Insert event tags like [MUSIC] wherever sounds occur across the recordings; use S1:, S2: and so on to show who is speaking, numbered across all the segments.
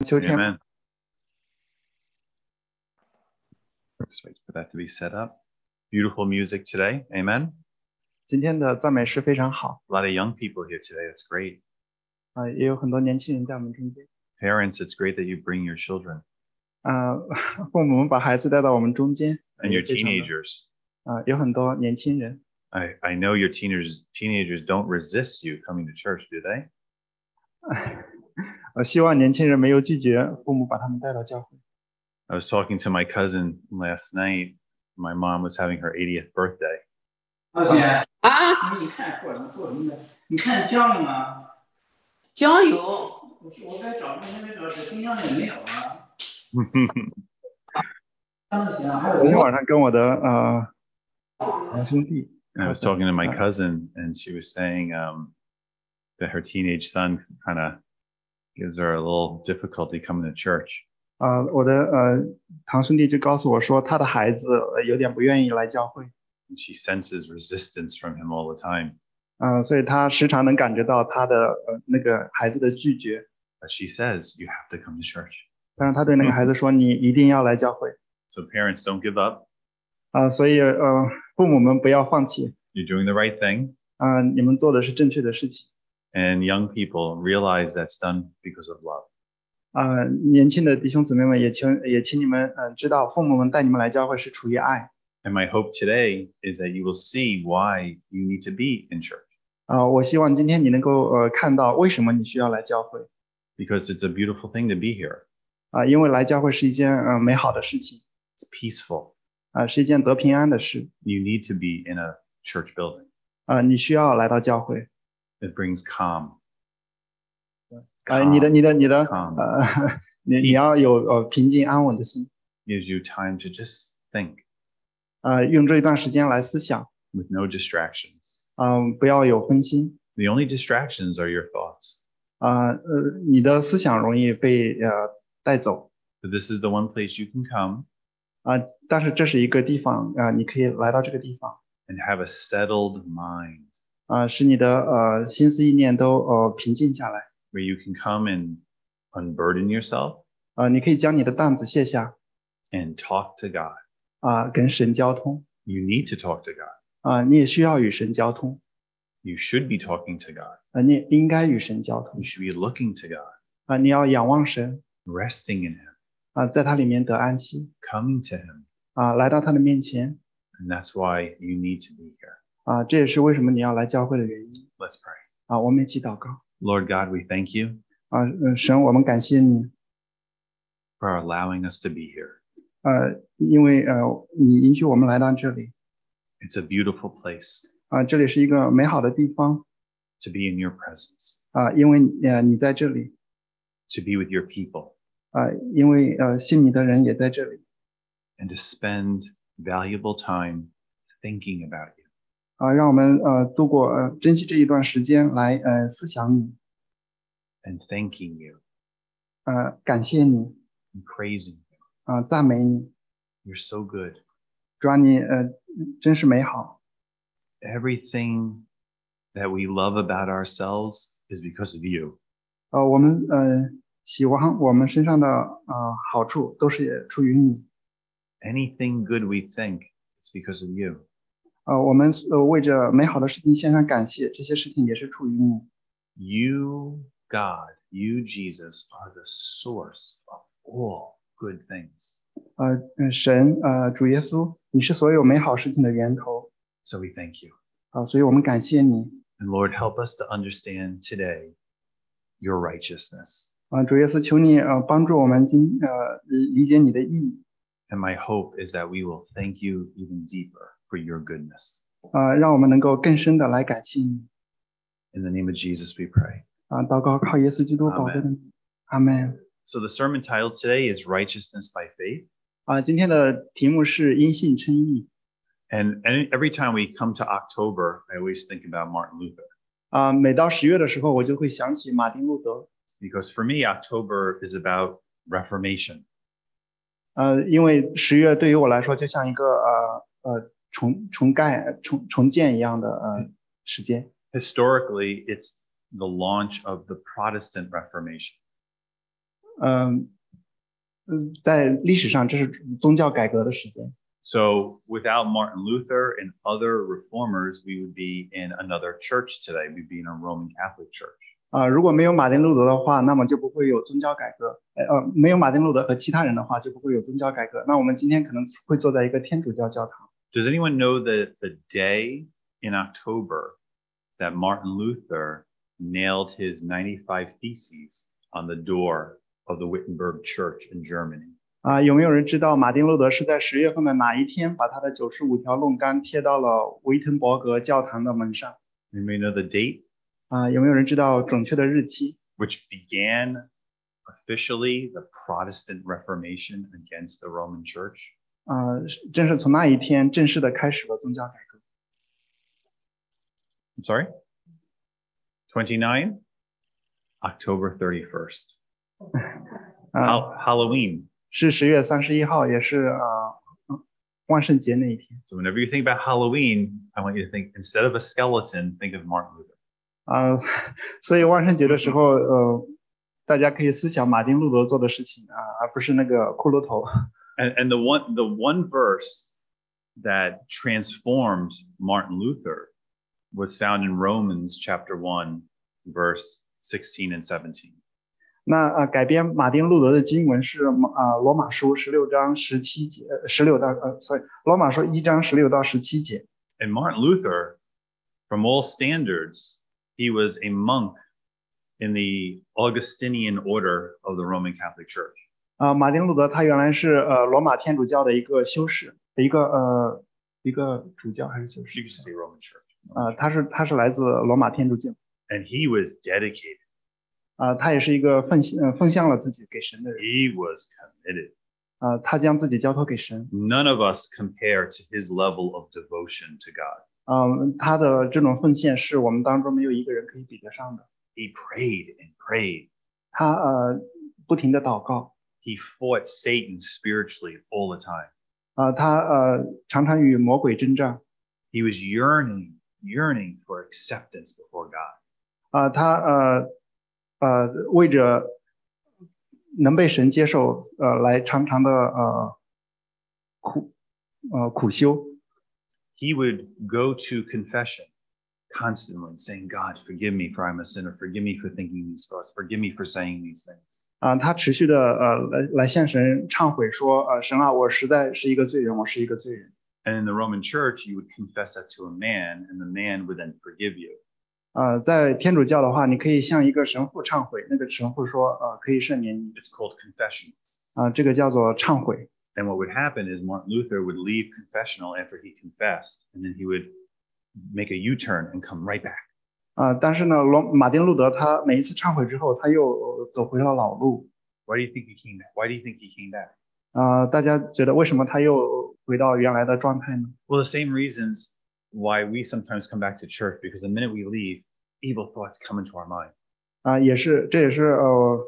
S1: Until Tampa.
S2: Amen. Just wait for that to be set up. Beautiful music today. Amen.
S1: 今天的赞美诗非常好
S2: A lot of young people here today. That's great.
S1: 啊、也有很多年轻人在我们中间
S2: Parents, it's great that you bring your children
S1: 啊、 [LAUGHS] 父母们把孩子带到我们中间
S2: and your
S1: 也非常的
S2: teenagers.
S1: 啊、有很多年轻人 [LAUGHS]
S2: I, I know your teenagers teenagers don't resist you coming to church, do they?
S1: 我希望年轻人没有拒绝父母把他们带到教会。
S2: I was talking to my cousin last night. My mom was having her 80th birthday. [LAUGHS]
S3: 老姐，
S4: 啊，
S3: 你看过能做什的？你看江里吗？
S4: 酱油，
S3: 我说我该找那些那个冰箱里没有啊。江姐还有
S1: 昨天晚上跟我的呃堂兄弟
S2: And I was
S1: Okay.
S2: talking to my
S1: Uh.
S2: cousin, and she was saying um, that her teenage son kind of gives her a little difficulty coming to church.
S1: 啊、我的呃堂兄弟就告诉我说，他的孩子呃有点不愿意来教会，
S2: And she senses resistance from him all the time.
S1: 啊、所以他时常能感觉到他的呃那个孩子的拒绝，
S2: But she says, You have to come to church.
S1: 但是他对那个孩子说，你一定要来教会，
S2: So, parents, don't give up.
S1: 啊、所以呃父母们不要放弃，
S2: You're doing the right thing.
S1: 啊、你们做的是正确的事情，
S2: And young people realize that's done because of love.
S1: 啊、年轻的弟兄姊妹们也请也请你们嗯、呃知道，父母们带你们来教会是出于爱。
S2: And my hope today is that you will see why you need to be in church
S1: 啊、我希望今天你能够呃看到为什么你需要来教会
S2: because it's a beautiful thing to be here.
S1: 啊、因为来教会是一件呃美好的事情
S2: It's peaceful.
S1: 啊、是一件得平安的事
S2: You need to be in a church building.
S1: 啊、你需要来到教会
S2: It brings calm.
S1: 啊、你的
S2: Calm
S1: 你的你的
S2: 啊
S1: 呃 [LAUGHS] 你
S2: Peace
S1: 你要有呃平静安稳的心
S2: gives you time to just think
S1: 啊、用这一段时间来思想
S2: with no distractions.
S1: 嗯、不要有分心
S2: The only distractions are your thoughts.
S1: 啊呃你的思想容易被呃带走
S2: But this is the one place you can come
S1: 啊、但是这是一个地方啊、你可以来到这个地方
S2: and have a settled mind
S1: 啊、使你的呃心思意念都呃平静下来
S2: where you can come and unburden yourself
S1: 啊、你可以将你的担子卸下。
S2: and talk to God.
S1: 啊、跟神交通
S2: You need to talk to God.
S1: 啊、你也需要与神交通
S2: You should be talking to God.
S1: 啊、你也应该与神交通
S2: You should be looking to God,
S1: 啊、你要仰望神
S2: resting in Him,
S1: 啊、在他里面得安息
S2: coming to Him.
S1: 啊、来到他的面前
S2: And that's why you need to be here.
S1: 啊、这也是为什么你要来教会的原因
S2: Let's pray.
S1: 啊、我们一起祷告
S2: Lord God, we thank you
S1: 啊、嗯神，我们感谢你
S2: for allowing us to be here.
S1: 呃，因为呃，你允许我们来到这里
S2: It's a beautiful place
S1: 啊、这里是一个美好的地方
S2: to be in your presence,
S1: 啊、因为呃，你在这里
S2: to be with your people,
S1: 啊、因为呃，信你的人也在这里
S2: and to spend valuable time thinking about you.
S1: 啊、让我们呃度过呃珍惜这一段时间来呃思想你
S2: and thanking you
S1: 呃感谢你
S2: and praising you.
S1: 啊、赞美你。
S2: You're so good.
S1: 主啊，你呃真是美好
S2: Everything that we love about ourselves is because of you.
S1: 呃，我们呃喜欢我们身上的呃好处都是出于你
S2: Anything good we think is because of you.
S1: 呃，我们呃为着美好的事情献上感谢，这些事情也是出于你
S2: You, God, you, Jesus, are the source of all good things.
S1: 呃嗯神呃主耶稣，你是所有美好事情的源头
S2: So we thank you.
S1: 啊、所以我们感谢你
S2: And Lord, help us to understand today your righteousness.
S1: 啊、主耶稣，求你呃帮助我们今呃理理解你的意义
S2: And my hope is that we will thank you even deeper for your goodness.
S1: 啊、让我们能够更深的来感谢你
S2: In the name of Jesus, we pray.
S1: 啊、祷告靠耶稣基督宝贵的名，阿门
S2: So the sermon title today is Righteousness by Faith.
S1: 啊、今天的题目是因信称义。
S2: And, and every time we come to October, I always think about Martin Luther
S1: 啊、每到十月的时候，我就会想起马丁路德。
S2: because for me, October is about reformation.
S1: 呃，因为十月对于我来说，就像一个呃呃重重盖重重建一样的呃时间。
S2: Historically, it's the launch of the Protestant Reformation.
S1: 嗯嗯，在历史上这是宗教改革的时间。
S2: So without Martin Luther and other reformers, we would be in another church today. We'd be in a Roman Catholic church.
S1: 啊、如果没有马丁路德的话，那么就不会有宗教改革。呃，呃没有马丁路德和其他人的话，就不会有宗教改革。那我们今天可能会坐在一个天主教教堂。
S2: Does anyone know the, the day in October that Martin Luther nailed his 95 theses on the door of the Wittenberg Church in Germany?
S1: 啊、有没有人知道马丁路德是在十月份的哪一天把他的九十五条论纲贴到了维滕伯格教堂的门上？
S2: Anybody know the date,
S1: 啊、有没有人知道准确的日期？
S2: which began officially the Protestant Reformation against the Roman Church?
S1: 啊、是正是从那一天正式的开始了宗教改革。
S2: I'm sorry? 29? October 31st.
S1: Uh,
S2: Hal- Halloween.
S1: 是十月三十一号，也是啊、呃万圣节那一天。
S2: So whenever you think about Halloween, I want you to think instead of a skeleton, think of Martin Luther.
S1: 啊、所以万圣节的时候，呃，大家可以思想马丁路德做的事情啊、而不是那个骷髅头。
S2: And, and the one the one verse that transforms Martin Luther was found in Romans chapter 1, verse 16 and 17.
S1: 那呃，改编马丁路德的经文是啊、呃罗马书十六章十七节，十六到呃，sorry，罗马书一章十六到十七节。
S2: And Martin Luther, from all standards, he was a monk in the Augustinian order of the Roman Catholic Church.
S1: 啊、马丁路德他原来是呃罗马天主教的一个修士，一个呃一个主教还是修
S2: You could
S1: 士
S2: just？say Roman Church.
S1: 啊、他是他是来自罗马天主教，
S2: And he was dedicated.
S1: 啊、他也是一个奉献、呃、奉献了自己给神的人，
S2: He was committed.
S1: 啊、他将自己交托给神，
S2: None of us compare to his level of devotion to God.
S1: 嗯、他的这种奉献是我们当中没有一个人可以比得上的。
S2: He prayed and prayed.
S1: 他呃不停的祷告，
S2: He fought Satan spiritually all the time.
S1: 啊、他呃常常与魔鬼征战。
S2: He was yearning, yearning for acceptance before God.
S1: 啊、他呃呃为着能被神接受，呃，来常常的呃苦呃苦修，
S2: he would go to confession constantly saying god forgive me for i'm a sinner forgive me for thinking these thoughts forgive me for saying these things
S1: 啊、他持续的呃来来向神忏悔说，呃，神啊，我实在是一个罪人，我是一个罪人。
S2: and in the roman church you would confess that to a man and the man would then forgive you
S1: 呃，在天主教的话，你可以向一个神父忏悔，那个神父说，呃，可以赦免你，
S2: it's called confession
S1: 啊、这个叫做忏悔。
S2: and what would happen is martin luther would leave confessional after he confessed and then he would make a u-turn and come right back
S1: 啊、但是呢，罗马丁路德他每一次忏悔之后，他又呃走回了老路。
S2: why do you think he came back why do you think he came back
S1: 啊、大家觉得为什么他又回到原来的状态呢？
S2: well the same reasons why we sometimes come back to church because the minute we leave evil thoughts come into our mind
S1: 啊、也是，这也是呃，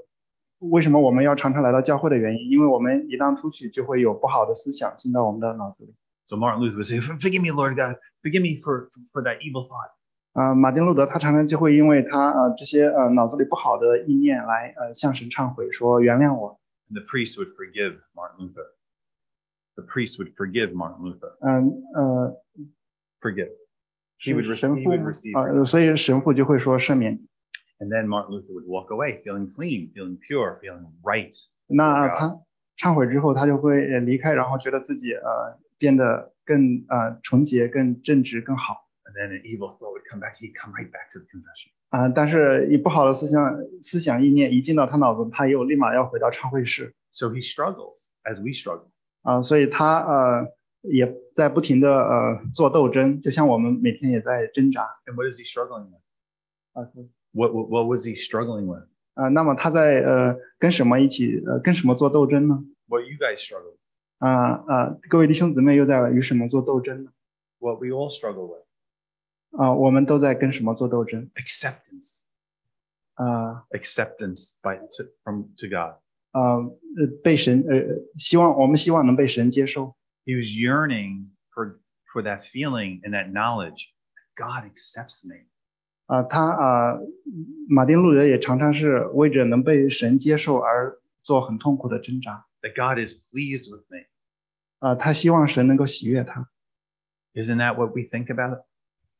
S1: 为什么我们要常常来到教会的原因，因为我们一旦出去，就会有不好的思想进到我们的脑子里。
S2: So Martin Luther would say, "Forgive me, Lord God, forgive me for for that evil thought."
S1: 啊、马丁路德他常常就会因为他呃这些呃脑子里不好的意念来呃向神忏悔，说原谅我。
S2: And the priest would forgive Martin Luther. The priest would forgive Martin Luther.
S1: 嗯呃，
S2: Forgive.
S1: 是
S2: He would
S1: 神
S2: receive. He
S1: 父
S2: would receive.
S1: 啊、呃，所以神父就会说赦免你。
S2: And then Martin Luther would walk away feeling clean, feeling pure, feeling right.
S1: 那
S2: God
S1: 他忏悔之后，他就会呃离开，然后觉得自己呃变得更呃纯洁、更正直、更好。
S2: And then an evil thought would come back. He'd come right back to the confession.
S1: 啊、但是一不好的思想、思想意念一进到他脑子，他又立马要回到忏悔室
S2: So he struggled as we struggle.
S1: 啊、所以他呃也在不停的呃做斗争，就像我们每天也在挣扎
S2: And what is he struggling with?
S1: 啊
S2: What what, what was he struggling with?
S1: 啊、那么他在呃跟什么一起呃跟什么做斗争呢？
S2: What you guys struggle with?
S1: 啊、啊、各位弟兄姊妹又在与什么做斗争呢？
S2: What we all struggle with?
S1: 啊、我们都在跟什么做斗争？
S2: Acceptance.
S1: 啊、
S2: Acceptance by to, from to God.
S1: 啊、呃被神呃希望我们希望能被神接受。
S2: he was yearning for for that feeling and that knowledge that god accepts me
S1: 啊、他啊、马丁路德也常常是为着能被神接受而做很痛苦的挣扎
S2: that God is pleased with me.
S1: 啊、他希望神能够喜悦他
S2: Isn't that what we think about?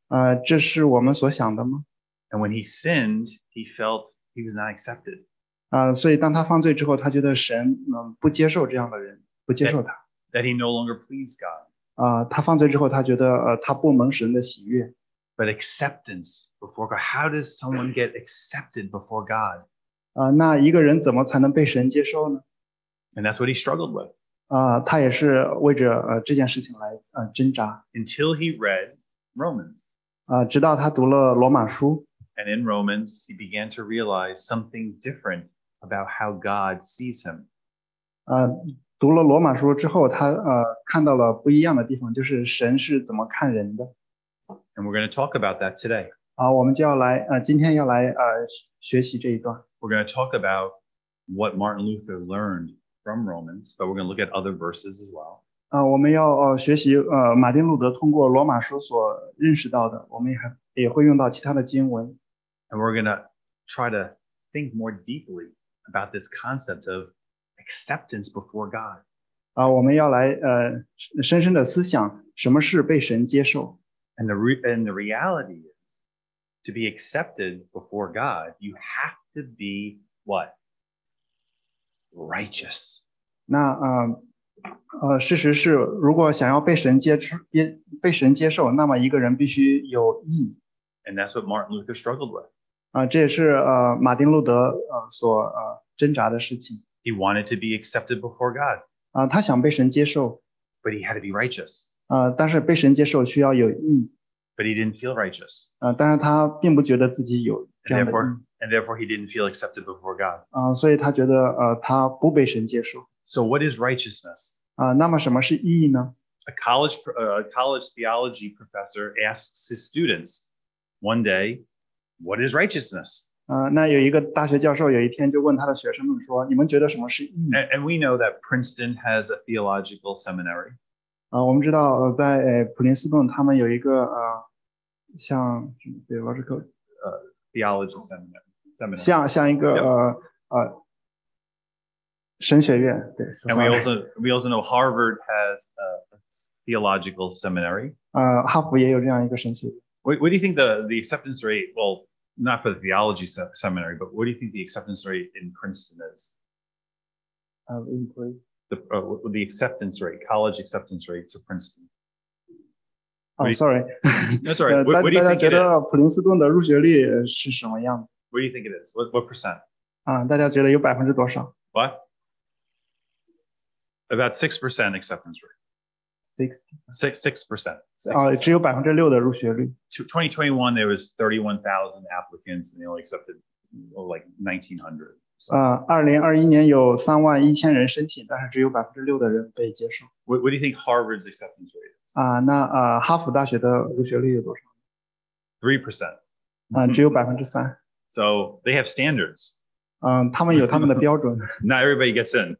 S1: 啊、这是我们所想的吗？
S2: And when he sinned, he felt he was not accepted.
S1: 啊、所以当他犯罪之后，他觉得神嗯、不接受这样的人，不接受他
S2: that he no longer pleased God,
S1: 啊、他犯罪之后，他觉得呃他不蒙神的喜悦
S2: but acceptance before God. How does someone get accepted before God?
S1: 啊、那一个人怎么才能被神接受呢？
S2: And that's what he struggled with
S1: 啊、他也是为着呃这件事情来呃挣扎
S2: until he read Romans.
S1: 啊、直到他读了罗马书
S2: And in Romans, he began to realize something different about how God sees him.
S1: 啊、读了罗马书之后，他呃看到了不一样的地方，就是神是怎么看人的。
S2: And we're going to talk about that today.
S1: 啊，我们就要来呃，今天要来呃学习这一段
S2: We're going to talk about what Martin Luther learned from Romans, but we're going to look at other verses as well.
S1: 啊、我们要呃学习呃马丁路德通过罗马书所认识到的，我们也还也会用到其他的经文
S2: And we're going to try to think more deeply about this concept of acceptance before God.
S1: 啊、我们要来呃深深的思想什么是被神接受
S2: And the re- and the reality is, to be accepted before God, you have to be what righteous.
S1: 那呃呃事实是，如果想要被神接受被被神接受，那么一个人必须有义
S2: And that's what Martin Luther struggled with.
S1: 啊、这也是呃马丁路德呃所呃挣扎的事情
S2: He wanted to be accepted before God,
S1: 啊、他想被神接受
S2: but he had to be righteous.
S1: 啊、但是被神接受需要有义。
S2: But he didn't feel righteous,
S1: 啊、但是他并不觉得自己有这
S2: and
S1: 样的
S2: therefore,
S1: 病
S2: and therefore he didn't feel accepted before God.
S1: 啊、所以他觉得呃他不被神接受
S2: So, what is righteousness?
S1: 啊、那么什么是义呢？
S2: A college pr- uh, a college theology professor asks his students one day, "What is righteousness?"
S1: 啊、那有一个大学教授有一天就问他的学生们说：“你们觉得什么是义
S2: And, and we know that Princeton has a theological seminary.
S1: 啊、我们知道呃在呃普林斯顿他们有一个呃像什么 theological
S2: theology seminar. seminar.
S1: 像像一个呃呃神学院对
S2: and we also we also know Harvard has a theological seminary.
S1: 呃哈佛也有这样一个神学院
S2: What, what do you think the the acceptance rate? Well, not for the theology se- seminary, but what do you think the acceptance rate in Princeton is?
S1: 呃 i n c l u d
S2: The uh, what- what the acceptance rate, college acceptance rate to Princeton.
S1: 哦 [LAUGHS]
S2: 对
S1: ，sorry，
S2: That's all
S1: 呃
S2: right.
S1: 大
S2: What, what do
S1: 大家
S2: you think
S1: 觉
S2: it is?
S1: 得
S2: What
S1: 普林斯顿的入学率呃是什么样子？
S2: do you think it is? What what percent?
S1: 啊，大家觉得有百分之多少
S2: What? About six percent acceptance rate.
S1: ？six
S2: Six six percent.
S1: 啊，只有百分之六的入学率
S2: Twenty twenty one, there was thirty one thousand applicants, and they only accepted oh, like nineteen hundred. So.
S1: 啊。二零二一年有三万一千人申请，但是只有百分之六的人被接受
S2: What, what do you think Harvard's acceptance rate is?
S1: 啊。那啊，哈佛大学的入学率有多少？
S2: Three percent.
S1: 啊，只有百分之三。
S2: So they have standards.
S1: 嗯，他们有他们的标准 [LAUGHS]
S2: Not everybody gets in.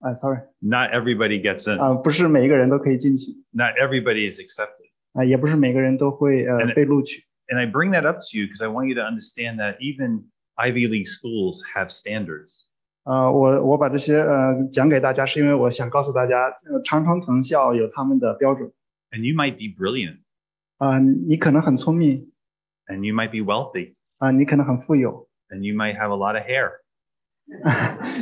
S1: 啊，sorry，
S2: Not everybody gets in.
S1: 啊，不是每一个人都可以进去
S2: Not everybody is accepted.
S1: 啊，也不是每个人都会呃
S2: And it-
S1: 被录取
S2: And I bring that up to you because I want you to understand that even Ivy League schools have standards.
S1: 啊。我我把这些呃讲给大家，是因为我想告诉大家，呃长城藤校有他们的标准
S2: And you might be brilliant
S1: 啊。你可能很聪明
S2: and you might be wealthy
S1: 啊，你可能很富有。 [LAUGHS]
S2: and you might have a lot of hair,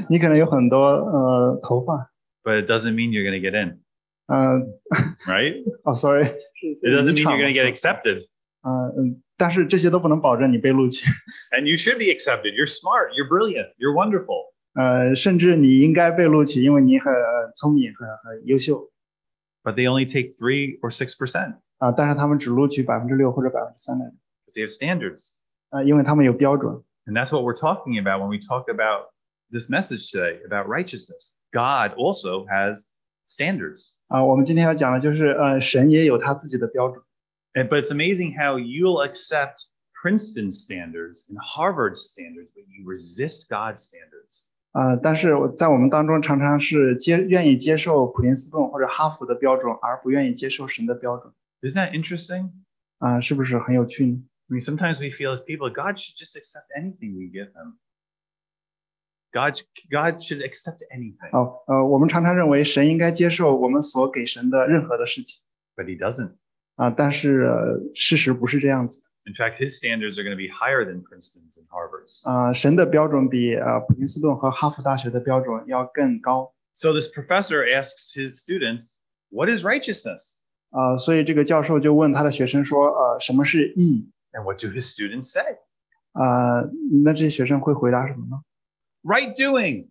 S1: 你可能有很多呃头发，
S2: but it doesn't mean you're going to get in,
S1: 呃，
S2: right?
S1: 哦，sorry，
S2: It doesn't mean
S1: 场
S2: you're going to get
S1: 嘛
S2: accepted.
S1: 呃嗯，但是这些都不能保证你被录取，
S2: And you should be accepted. You're smart. You're brilliant. You're wonderful.
S1: 呃，甚至你应该被录取，因为你很呃聪明，很很优秀
S2: But they only take three or 6%
S1: 啊、但是他们只录取百分之六或者百分之三的人，
S2: because they have standards.
S1: 啊，因为他们有标准
S2: And that's what we're talking about when we talk about this message today about righteousness. God also has standards.
S1: 啊、我们今天要讲的就是呃，神也有他自己的标准
S2: And but it's amazing how you'll accept Princeton standards and Harvard standards, but you resist God's standards.
S1: 啊、但是我在我们当中常常是接愿意接受普林斯顿或者哈佛的标准，而不愿意接受神的标准
S2: Isn't that interesting?
S1: 啊、是不是很有趣呢？
S2: I mean, sometimes we feel as people, God should just accept anything we give him. God, God should accept anything,
S1: 哦，呃，我们常常认为神应该接受我们所给神的任何的事情
S2: but He doesn't.
S1: 啊、但是、呃事实不是这样子的
S2: In fact, His standards are going to be higher than Princeton's and Harvard's.
S1: 啊、神的标准比呃普林斯顿和哈佛大学的标准要更高
S2: So this professor asks his students, What is righteousness?
S1: 啊、所以这个教授就问他的学生说，呃，什么是义
S2: And what do his students say?
S1: 啊、那这些学生会回答什么呢？
S2: Right doing,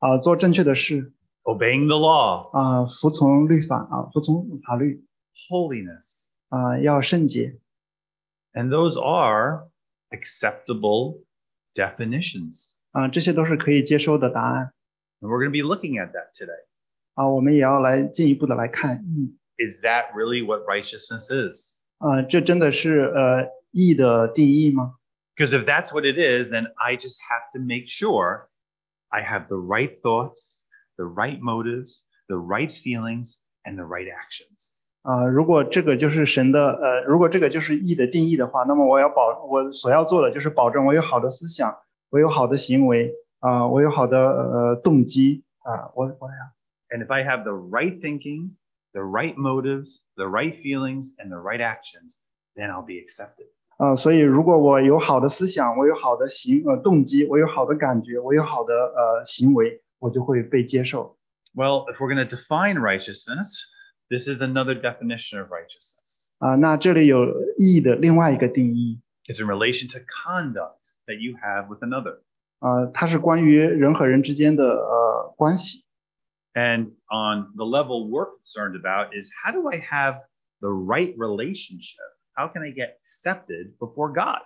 S1: 啊、做正确的事
S2: obeying the law,
S1: 啊、服从律法啊、服从法律
S2: holiness.
S1: 啊、要圣洁
S2: And those are acceptable definitions.
S1: 啊、这些都是可以接收的答案
S2: And we're going to be looking at that today.
S1: 啊、我们也要来进一步的来看义
S2: Is that really what righteousness is?
S1: 啊、这真的是呃义的定义吗？
S2: Because if that's what it is, then I just have to make sure I have the right thoughts, the right motives, the right feelings, and the right actions.
S1: 啊、如果这个就是神的，呃，如果这个就是义的定义的话，那么我要保我所要做的就是保证我有好的思想，我有好的行为，啊、我有好的呃动机，啊、我我
S2: And if I have the right thinking, the right motives, the right feelings, and the right actions, then I'll be accepted.
S1: 啊、所以如果我有好的思想，我有好的行呃动机，我有好的感觉，我有好的呃行为，我就会被接受。
S2: Well, if we're going to define righteousness, this is another definition of righteousness.
S1: 啊、那这里有义的另外一个定义，
S2: It's in relation to conduct that you have with another.
S1: 啊、它是关于人和人之间的呃关系。
S2: And on the level we're concerned about is how do I have the right relationship? How can I get accepted before God?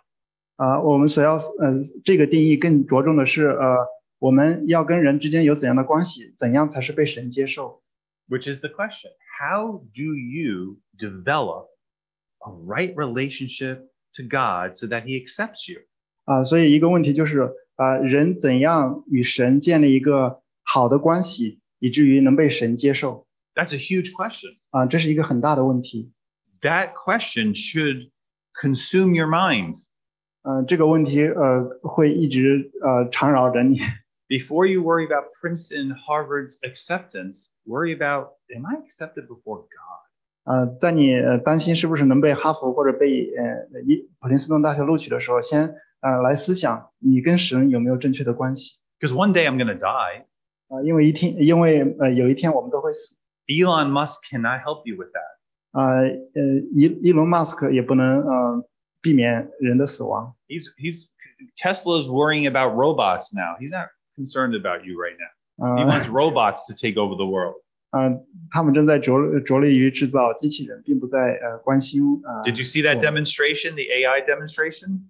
S1: 啊、我们所要呃这个定义更着重的是呃我们要跟人之间有怎样的关系，怎样才是被神接受
S2: Which is the question. How do you develop a right relationship to God so that he accepts you?
S1: 啊、所以一个问题就是啊、人怎样与神建立一个好的关系，以至于能被神接受
S2: That's a huge question.
S1: 啊、这是一个很大的问题。
S2: That question should consume your mind.
S1: 呃，这个问题呃会一直呃缠绕着你
S2: Before you worry about Princeton, Harvard's acceptance, worry about am I accepted before God?
S1: 呃，在你呃担心是不是能被哈佛或者被呃一普林斯顿大学录取的时候，先呃来思想你跟神有没有正确的关系
S2: Because one day I'm going to die.
S1: 啊、因为一天，因为呃有一天我们都会死
S2: Elon Musk cannot help you with that.
S1: 啊呃伊伊隆马斯克也不能呃避免人的死亡
S2: He's he's Tesla's worrying about robots now. He's not concerned about you right now.
S1: 啊
S2: He
S1: 啊、
S2: wants robots to take over the world.
S1: 呃他们正在着着力于制造机器人，并不在呃关心啊
S2: Did you see that
S1: Yeah.
S2: demonstration, the AI demonstration?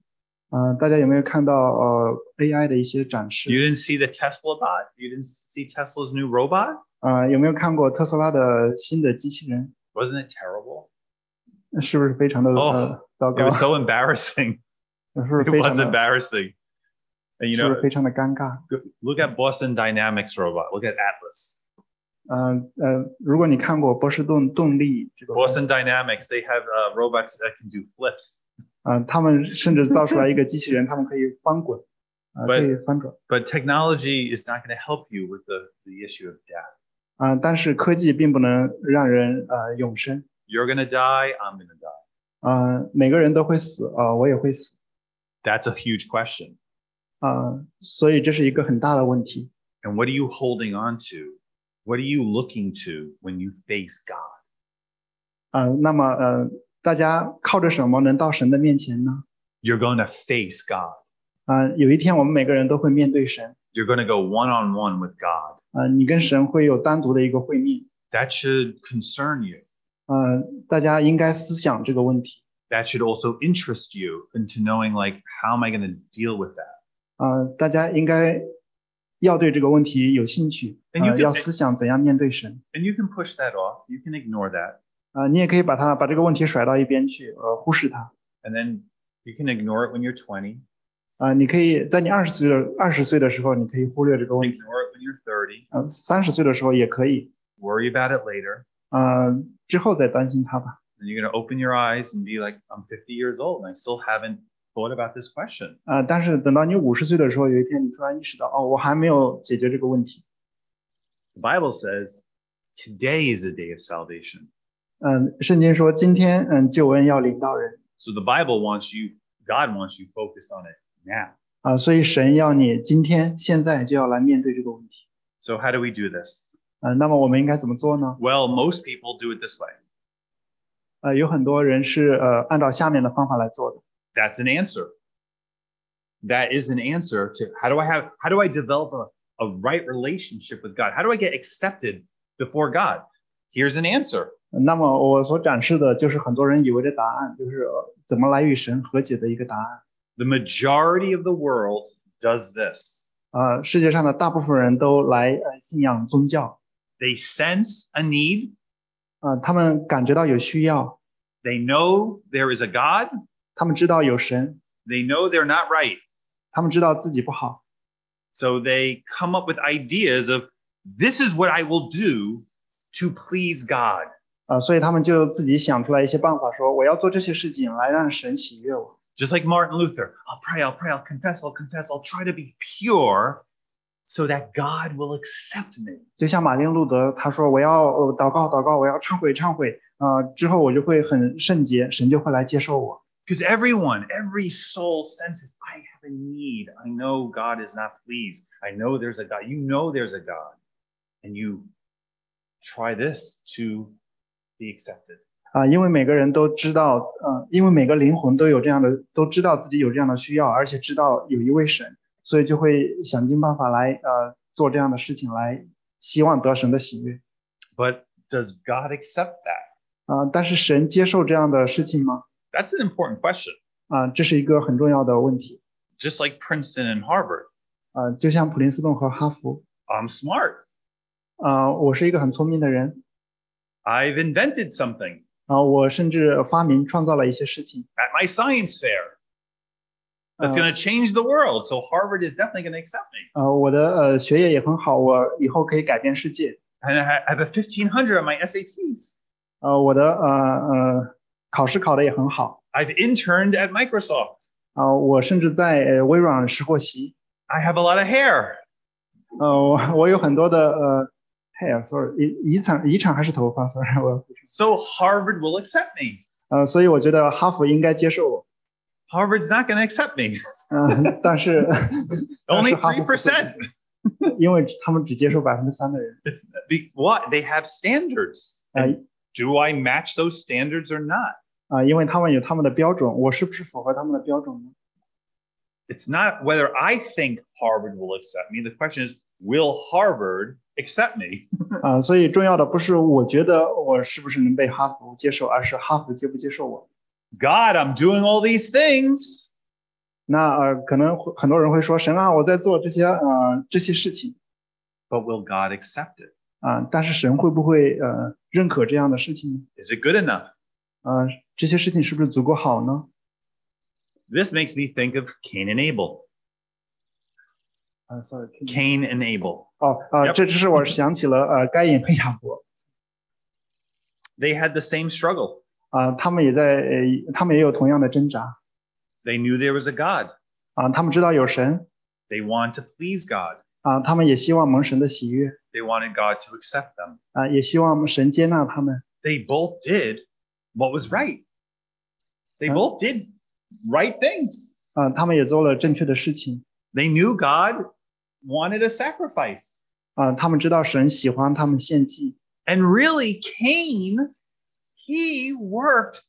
S1: 啊、呃大家有没有看到呃 AI 的一些展
S2: You
S1: 示
S2: didn't see the Tesla bot? You didn't see Tesla's new robot?
S1: 啊、呃有没有看过特斯拉的新的机器人？
S2: Wasn't it terrible?
S1: 是不是非常的、
S2: Oh,
S1: 呃糟
S2: It
S1: 糕？
S2: was so embarrassing.
S1: 是不是
S2: It
S1: 非常
S2: was
S1: 的
S2: embarrassing. And you
S1: 是不
S2: know,
S1: 是非常的尴尬？
S2: go- look at Boston Dynamics robot. Look at Atlas.
S1: 嗯呃如果你看过波士顿动力这个公司
S2: Boston Dynamics, they have uh, robots that can do flips.
S1: 啊、他们甚至造出来一个机器人，他们可以翻滚，啊、可
S2: But-
S1: 以翻转
S2: But technology is not going to help you with the, the issue of death.
S1: 啊、但是科技并不能让人呃永生
S2: You're going to die. I'm going to die.
S1: 啊、每个人都会死啊、我也会死
S2: That's a huge question.
S1: 啊、所以这是一个很大的问题
S2: And what are you holding on to? What are you looking to when you face God?
S1: 啊、那么呃，大家靠着什么能到神的面前呢？
S2: You're going to face God.
S1: 啊、有一天我们每个人都会面对神
S2: You're going to go one on one with God.
S1: 啊、你跟神会有单独的一个会面
S2: That should concern you.
S1: 啊、大家应该思想这个问题。
S2: That should also interest you into knowing, like, how am I going to deal with that?
S1: 呃，大家应该要对这个问题有兴趣，
S2: And
S1: 呃、
S2: you can-
S1: 要思想怎样面对神。
S2: And you can push that off. You can ignore that.
S1: 啊、你也可以把它把这个问题甩到一边去，呃，忽视它。
S2: And then you can ignore it when you're 20,
S1: 啊、你可以在你二十岁的二十岁的时候，你可以忽略这个问题。
S2: ignore it when you're 30,
S1: 呃，三十岁的时候也可以。
S2: worry about it later.
S1: 呃，之后再担心它吧。
S2: And you're going to open your eyes and be like, I'm 50 years old and I still haven't thought about this question.
S1: 啊、但是等到你五十岁的时候，有一天你突然意识到，哦，我还没有解决这个问题。
S2: The Bible says today is a day of salvation.
S1: 嗯，圣经说今天嗯救恩要领到人
S2: So the Bible wants you, God wants you focused on it now.
S1: 啊、所以神要你今天现在就要来面对这个问题。
S2: So how do we do this?
S1: 呃，那么我们应该怎么做呢？
S2: Well, most people do it this way.
S1: 呃，有很多人是呃按照下面的方法来做的。
S2: That's an answer. That is an answer to how do I have how do I develop a, a right relationship with God? How do I get accepted before God? Here's an answer.
S1: 那么我所展示的就是很多人以为的答案，就是、呃怎么来与神和解的一个答案。
S2: The majority of the world does this.
S1: 呃，世界上的大部分人都来呃信仰宗教，
S2: They sense a need.
S1: 呃，他们感觉到有需要，
S2: They know there is a God.
S1: 他们知道有神，
S2: They know they're not right.
S1: 他们知道自己不好，
S2: So they come up with ideas of this is what I will do to please God.
S1: 呃，所以他们就自己想出来一些办法，说我要做这些事情来让神喜悦我。
S2: Just like Martin Luther, I'll pray, I'll pray, I'll confess, I'll confess, I'll try to be pure so that God will accept me.
S1: 就像马丁路德他说，我要呃祷告祷告，我要忏悔忏悔，呃，之后我就会很圣洁，神就会来接受我。
S2: Because everyone, every soul senses, I have a need. I know God is not pleased. I know there's a God. You know there's a God. And you try this to be accepted.
S1: 啊、因为每个人都知道，呃，因为每个灵魂都有这样的，都知道自己有这样的需要，而且知道有一位神，所以就会想尽办法来，呃，做这样的事情来，希望得神的喜悦。
S2: But does God accept that?
S1: 啊、但是神接受这样的事情吗？
S2: That's an important question.
S1: 啊、这是一个很重要的问题。
S2: Just like Princeton and Harvard,
S1: 啊、就像普林斯顿和哈佛，
S2: I'm smart.
S1: 啊、我是一个很聪明的人，
S2: I've invented something
S1: 啊、我甚至发明创造了一些事情。
S2: at my science fair.
S1: 啊
S2: That's going to change the world. So Harvard is definitely going to accept me.
S1: 呃，我的呃学业也很好，我以后可以改变世界。
S2: And I ha- I have a 1500 on my SATs.
S1: 呃，我的呃呃考试考得也很好。
S2: I've interned at Microsoft.
S1: 啊、我甚至在呃微软实过习，
S2: I have a lot of hair.
S1: 呃，我我有很多的呃，hair，sorry，遗遗产遗产还是头发，sorry，我 [LAUGHS]
S2: So Harvard will accept me.
S1: 呃，所以我觉得哈佛应该接受我，
S2: Harvard's not going to accept me.
S1: 嗯、但是 [LAUGHS]
S2: Only
S1: 但是哈佛不接受
S2: 3%.
S1: 因为他们只接受百分之三的人，
S2: It's be, what? They have standards. And do I match those standards or not?
S1: 啊、因为他们有他们的标准，我是不是符合他们的标准呢？
S2: It's not whether I think Harvard will accept me. The question is, will Harvard accept me?
S1: 啊、所以重要的不是我觉得我是不是能被哈佛接受，而是哈佛接不接受我。
S2: God, I'm doing all these things.
S1: 那呃，可能会很多人会说，神啊，我在做这些呃这些事情
S2: But will God accept it?
S1: 啊、但是神会不会呃认可这样的事情呢？
S2: Is it good enough?
S1: 呃，这些事情是不是足够好呢？
S2: This makes me think of Cain and Abel.
S1: 啊、s o r r y
S2: Cain and Abel.
S1: 哦，呃
S2: Yep.
S1: 这只是我想起了呃，该隐和亚伯
S2: They had the same struggle.
S1: 啊、他们也在呃，他们也有同样的挣扎
S2: They knew there was a God.
S1: 啊、他们知道有神
S2: They wanted to please God.
S1: 啊、他们也希望蒙神的喜悦
S2: They wanted God to accept them.
S1: 啊、也希望神接纳他们
S2: They both did what was right. They
S1: Huh?
S2: both did right things.
S1: 啊、他们也做了正确的事情
S2: They knew God wanted a sacrifice.
S1: 啊、他们知道神喜欢他们献祭
S2: And really, Cain, he worked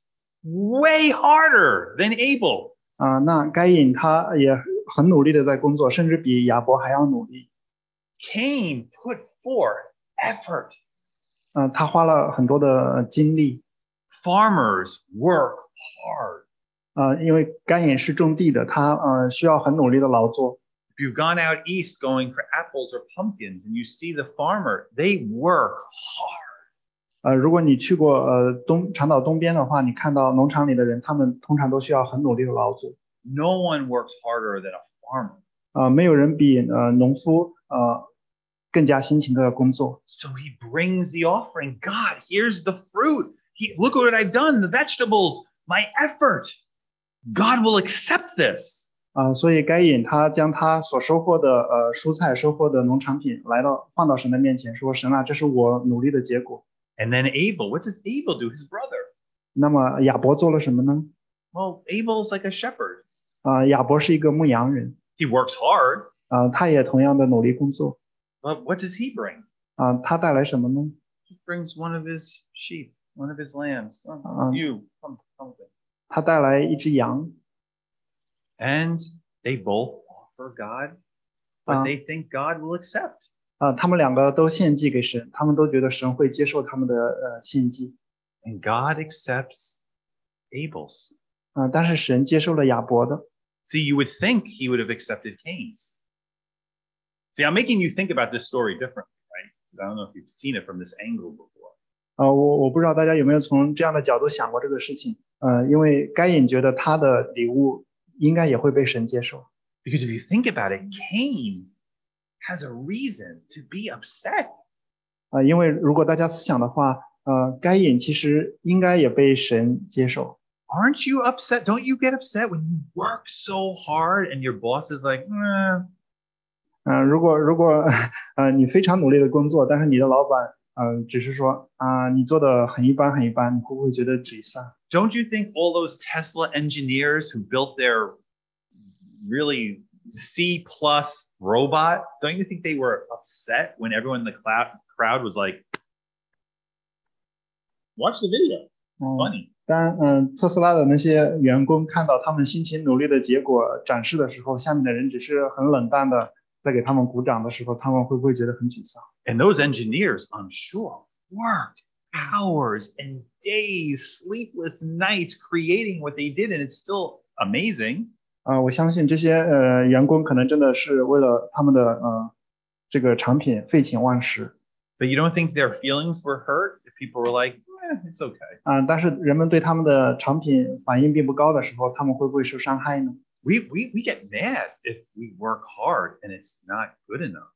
S2: way harder than Abel.
S1: 啊、那该隐他也很努力的在工作，甚至比亚伯还要努力
S2: Cain put forth effort.
S1: 啊、他花了很多的精力
S2: Farmers work hard.
S1: 啊、因为该隐是种地的，他呃需要很努力的劳作。
S2: if you've gone out east going for apples or pumpkins and you see the farmer, they work hard.
S1: 呃，如果你去过呃东长岛东边的话，你看到农场里的人，他们通常都需要很努力的劳作。
S2: No one works harder than a farmer.
S1: 啊、没有人比呃农夫呃更加辛勤的工作。
S2: So he brings the offering. God, here's the fruit. He, look what I've done, the vegetables, my effort. God will accept this.
S1: 啊、所以该隐他将他所收获的呃蔬菜、收获的农产品来到放到神的面前，说：“神啊，这是我努力的结果。
S2: And then Abel, what does Abel do? His brother. ”
S1: 那么亚伯做了什么呢？
S2: Well, Abel's like a shepherd.
S1: 啊、亚伯是一个牧羊人，
S2: He works hard,
S1: 啊、他也同样的努力工作，
S2: but what does he bring?
S1: 啊、他带来什么呢？
S2: He brings one of his sheep, one of his lambs. Oh,
S1: Uh-uh.
S2: you, come, come. with me.
S1: 他带来一只羊，
S2: And they both offer God what
S1: Uh.
S2: they think God will accept.
S1: 啊、他们两个都献祭给神，他们都觉得神会接受他们的呃献祭，
S2: And God accepts Abel's.
S1: 啊、但是神接受了亚伯的，
S2: See, you would think he would have accepted Cain's. See, I'm making you think about this story differently, right? 'Cause I don't know if you've seen it from this angle before.
S1: 啊、我我不知道大家有没有从这样的角度想过这个事情，呃，因为该隐觉得他的礼物应该也会被神接受，
S2: Because if you think about it, Cain has a reason to be upset.
S1: 啊、因为如果大家思想的话，呃，该隐其实应该也被神接受，
S2: Aren't you upset? Don't you get upset when you work so hard and your boss is like, "Eh,
S1: 嗯、如果如果呃你非常努力的工作，但是你的老板嗯、呃只是说啊、你做的很一般很一般，你会不会觉得沮丧？
S2: don't you think all those Tesla engineers who built their really C plus robot, don't you think they were upset when everyone in the cloud, crowd was like, watch the video? It's
S1: 嗯、
S2: funny.
S1: 当嗯，特斯拉的那些员工看到他们辛勤努力的结果展示的时候，下面的人只是很冷淡的在给他们鼓掌的时候，他们会不会觉得很沮丧？
S2: And those engineers, I'm sure, worked hours and days, sleepless nights creating what they did. And it's still amazing.
S1: 啊、我相信这些呃员工可能真的是为了他们的呃这个产品废寝忘食
S2: But you don't think their feelings were hurt if people were like, eh, it's okay.
S1: 啊、但是人们对他们的产品反应并不高的时候，他们会不会受伤害呢？
S2: we, we, we get mad if we work hard and it's not good enough.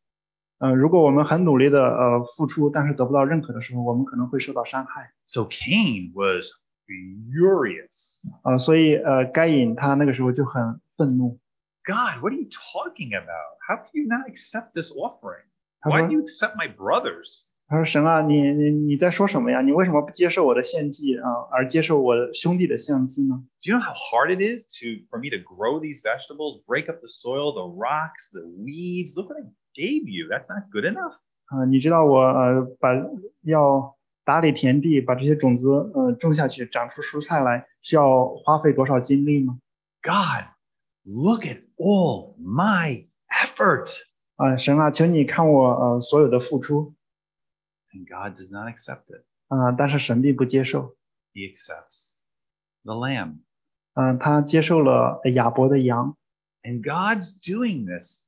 S1: 呃，如果我们很努力的呃付出，但是得不到认可的时候，我们可能会受到伤害。
S2: So Cain was furious.
S1: 呃，所以呃，该隐他那个时候就很愤怒，
S2: God, what are you talking about? How can you not accept this offering?
S1: 他
S2: Why
S1: 说
S2: do。you accept my brothers?
S1: 他说：“神啊，你你你在说什么呀？你为什么不接受我的献祭啊，而接受我兄弟的献祭呢？
S2: Do you know how hard it is to for me to grow these vegetables, break up the soil, the rocks, the weeds? Look what I gave you. That's not good enough.
S1: 啊、你知道我呃把要打理田地，把这些种子呃种下去，长出蔬菜来，需要花费多少精力吗？
S2: God, look at all my effort.
S1: 啊、神啊，请你看我呃所有的付出
S2: And God does not accept it.
S1: 啊、但是神并不接受
S2: He accepts the lamb.
S1: 啊、他接受了亚伯的羊
S2: And God's doing this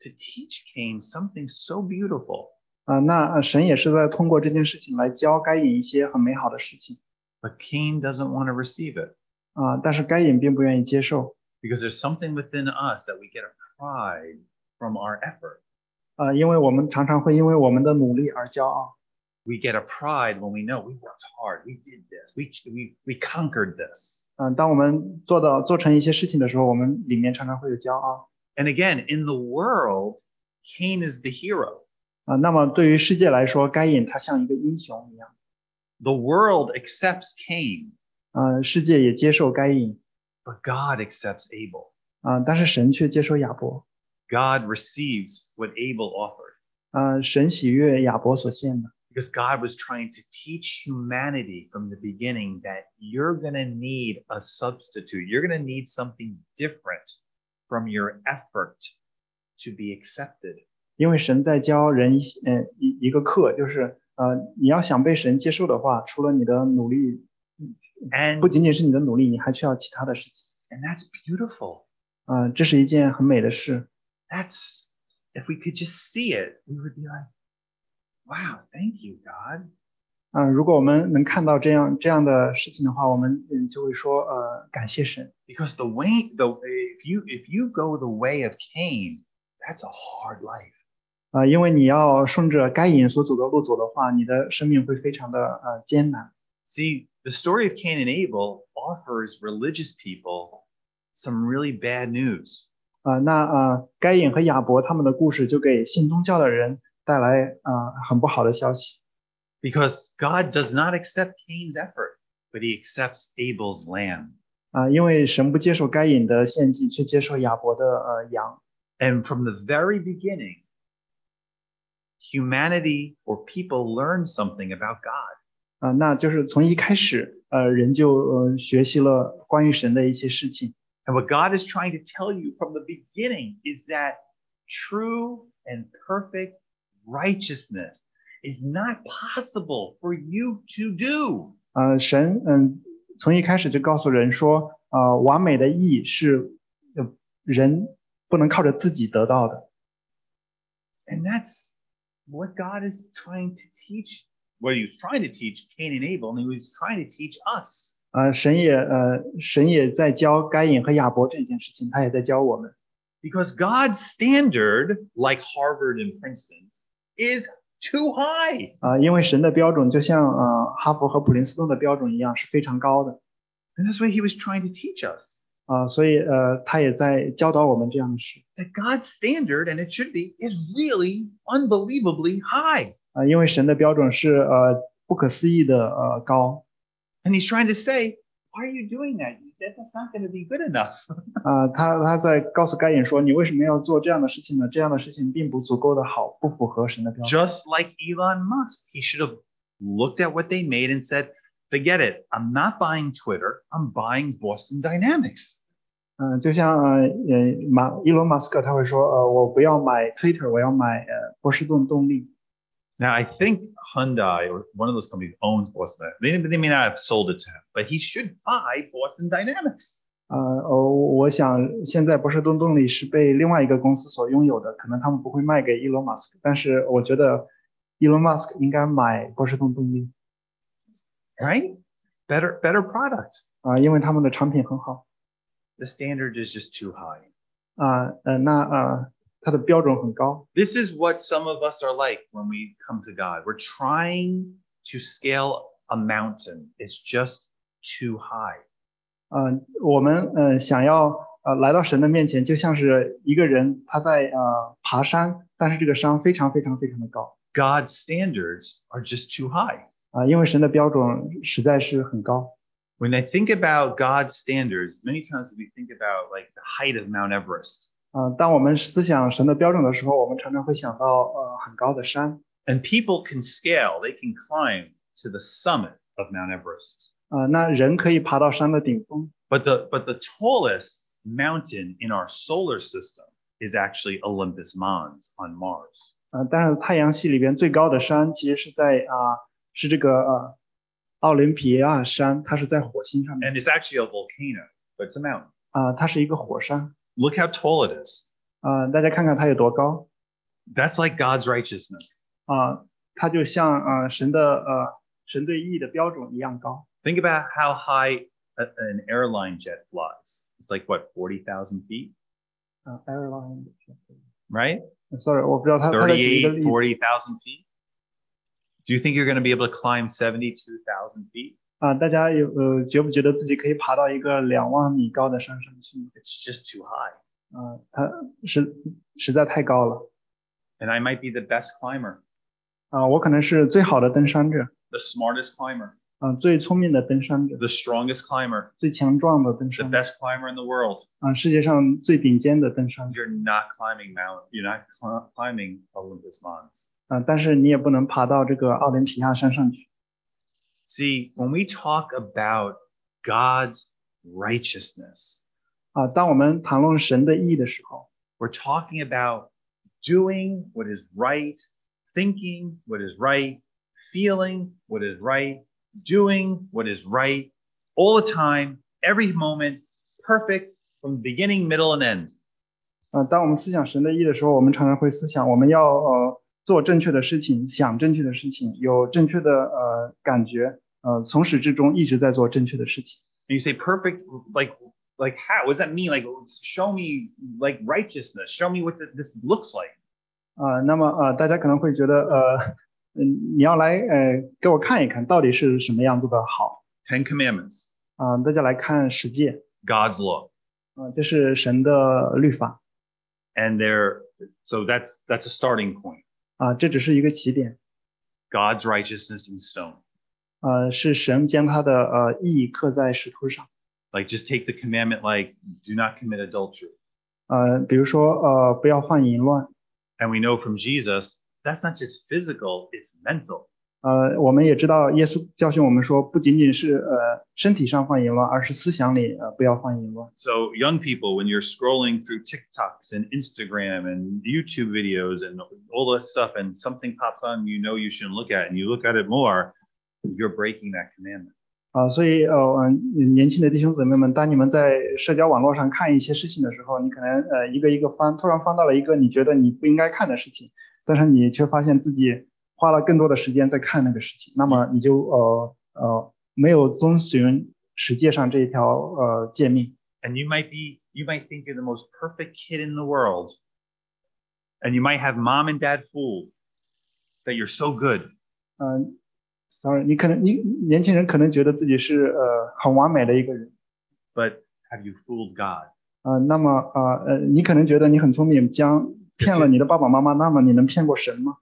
S2: to teach Cain something so beautiful.
S1: 啊、那呃神也是在通过这件事情来教该隐一些很美好的事情
S2: But Cain doesn't want to receive it
S1: 啊、但是该隐并不愿意接受。”
S2: because there's something within us that we get a pride from our effort.
S1: 呃，因为我们常常会因为我们的努力而骄傲，
S2: We get a pride when we know we worked hard, we did this, we, we, we conquered this.
S1: 嗯、当我们做到做成一些事情的时候，我们里面常常会有骄傲
S2: And again, in the world, Cain is the hero.
S1: 啊、那么对于世界来说，该隐他像一个英雄一样，
S2: The world accepts Cain,
S1: 呃，世界也接受该隐
S2: but God accepts Abel.
S1: 啊、但是神却接受亚伯，
S2: God receives what Abel offered.
S1: 呃，神喜悦亚伯所献的，
S2: because God was trying to teach humanity from the beginning that you're going to need a substitute. You're going to need something different from your effort to be accepted.
S1: 因为神在教人一些呃一一个课，就是呃，你要想被神接受的话，除了你的努力，
S2: And
S1: 不仅仅是你的努力，你还需要其他的事情，
S2: and that's beautiful.
S1: 啊、这是一件很美的事。
S2: That's if we could just see it, we would be like, wow, thank you, God.
S1: 嗯、如果我们能看到这样这样的事情的话，我们嗯就会说呃感谢神，
S2: Because the way the if you if you go the way of Cain, that's a hard life.
S1: 呃，因为你要顺着该隐所走的路走的话，你的生命会非常的呃艰难。
S2: See, the story of Cain and Abel offers religious people some really bad news.
S1: 啊、那啊、呃该隐和亚伯他们的故事就给信宗教的人带来啊、呃很不好的消息，
S2: because God does not accept Cain's effort, but he accepts Abel's lamb.
S1: 啊、因为神不接受该隐的献祭，却接受亚伯的呃羊。
S2: And from the very beginning, humanity or people learn something about God.
S1: 啊、那就是从一开始，呃，人就呃学习了关于神的一些事情。
S2: And what God is trying to tell you from the beginning is that true and perfect righteousness is not possible for you to do.
S1: 呃，神嗯，从一开始就告诉人说，呃，完美的义是呃人不能靠着自己得到的。
S2: And that's what God is trying to teach. What he was trying to teach Cain and Abel, and he was trying to teach us.
S1: 呃，神也呃，神也在教该隐和亚伯这件事情，他也在教我们。
S2: Because God's standard, like Harvard and Princeton, is too high.
S1: 啊、因为神的标准就像呃哈佛和普林斯顿的标准一样，是非常高的。
S2: And that's what he was trying to teach us.
S1: 啊、所以呃，他也在教导我们这样的事。
S2: That God's standard, and it should be, is really unbelievably high.
S1: 啊、因为神的标准是呃不可思议的呃高
S2: And he's trying to say, why are you doing that? That- That's not going to be good enough.
S1: 啊、他他在告诉该隐说，你为什么要做这样的事情呢？这样的事情并不足够的好，不符合神的标准。
S2: Just like Elon Musk, he should have looked at what they made and said, forget it. I'm not buying Twitter. I'm buying Boston Dynamics.
S1: 嗯、就像呃呃马伊隆马斯克他会说，呃，我不要买 Twitter，我要买呃波士顿动力。
S2: Now, I think Hyundai or one of those companies owns Boston. Dynamics. They, they may not have sold it to him, but he should buy Boston Dynamics.
S1: 呃，哦，我想现在波士顿动力是被另外一个公司所拥有的，可能他们不会卖给伊隆马斯克，但是我觉得伊隆马斯克应该买波士顿动力
S2: right? Better, better product.
S1: 啊、因为他们的产品很好。
S2: The standard is just too high.
S1: 啊、呃，那呃，它的标准很高
S2: This is what some of us are like when we come to God. We're trying to scale a mountain. It's just too high.
S1: 啊、呃我们呃想要呃来到神的面前，就像是一个人他在呃爬山，但是这个山非常非常非常的高
S2: God's standards are just too high.
S1: 啊、因为神的标准实在是很高
S2: When I think about God's standards, many times we think about like the height of Mount Everest.
S1: 啊、当我们思想神的标准的时候，我们常常会想到呃很高的山
S2: And people can scale, they can climb to the summit of Mount Everest.
S1: 啊、那人可以爬到山的顶峰
S2: But the but the tallest mountain in our solar system is actually Olympus Mons on Mars.
S1: 啊、但是太阳系里边最高的山其实是在啊、是这个呃奥林匹亚山，它是在火星上面
S2: And it's actually a volcano, but it's a mountain.
S1: 啊、它是一个火山。
S2: Look how tall it is.
S1: 啊、大家看看它有多高
S2: That's like God's righteousness.
S1: 啊、它就像啊、呃神的呃神对义的标准一样高
S2: Think about how high a, an airline jet flies. It's like what, 40,000 feet,
S1: 啊、a i r l i n
S2: right?
S1: e sorry，我不知道它它的举一个例
S2: 38,
S1: 子
S2: 40,000 feet. Do you think you're going to be able to climb 72,000 feet?
S1: 啊、大家有呃觉不觉得自己可以爬到一个两万米高的山上去呢？
S2: It's just too high.
S1: 啊、它实实在太高了
S2: And I might be the best climber,
S1: 啊、我可能是最好的登山者，
S2: the smartest climber,
S1: 啊、最聪明的登山者，
S2: the strongest climber,
S1: 最强壮的登
S2: the
S1: 山者，
S2: best climber in the world.
S1: 啊、世界上最顶尖的登山者，
S2: You're not climbing Mount. You're not cl- climbing Olympus Mons.
S1: 啊、但是你也不能爬到这个奥林匹亚山上去。
S2: See, when we talk about God's righteousness,
S1: 啊，当我们谈论神的义的时候，
S2: we're talking about doing what is right, thinking what is right, feeling what is right, doing what is right all the time, every moment, perfect from beginning, middle, and end.
S1: 啊，当我们思想神的义的时候，我们常常会思想我们要呃做正确的事情，想正确的事情，有正确的呃感觉，呃，从始至终一直在做正确的事情。
S2: And you say perfect, like like how? What does that mean? Like show me like righteousness. Show me what th- this looks like.
S1: 啊、那么呃，大家可能会觉得呃，嗯，你要来呃给我看一看到底是什么样子的好呃
S2: Ten Commandments,
S1: 啊、大家来看十诫
S2: God's law.
S1: 啊、这是神的律法
S2: And there, so that's that's a starting point.
S1: 啊、这只是一个起点
S2: God's righteousness in stone.
S1: 啊、是神将他的呃意义刻在石头上
S2: Like just take the commandment, like do not commit adultery.
S1: 呃，比如说呃不要犯淫乱
S2: And we know from Jesus that's not just physical; it's mental.
S1: 呃，我们也知道耶稣教训我们说，不仅仅是呃身体上犯淫乱，而是思想里呃不要犯淫乱。
S2: So, young people, when you're scrolling through TikToks and Instagram and YouTube videos and all that stuff, and something pops on you know you shouldn't look at, and you look at it more, you're breaking that commandment.
S1: 啊、所以呃，嗯年轻的弟兄姊妹们，当你们在社交网络上看一些事情的时候，你可能呃一个一个翻，突然翻到了一个你觉得你不应该看的事情，但是你却发现自己花了更多的时间在看那个事情，那么你就呃呃没有遵循实界上这一条呃诫命
S2: And you might be, you might think you're the most perfect kid in the world, and you might have mom and dad fooled that you're so good.
S1: 嗯、s o r r y 你可能你年轻人可能觉得自己是呃很完美的一个人，
S2: But have you fooled God?
S1: 呃，那么呃呃，你可能觉得你很聪明，将骗了你的爸爸妈妈，那么你能骗过神吗？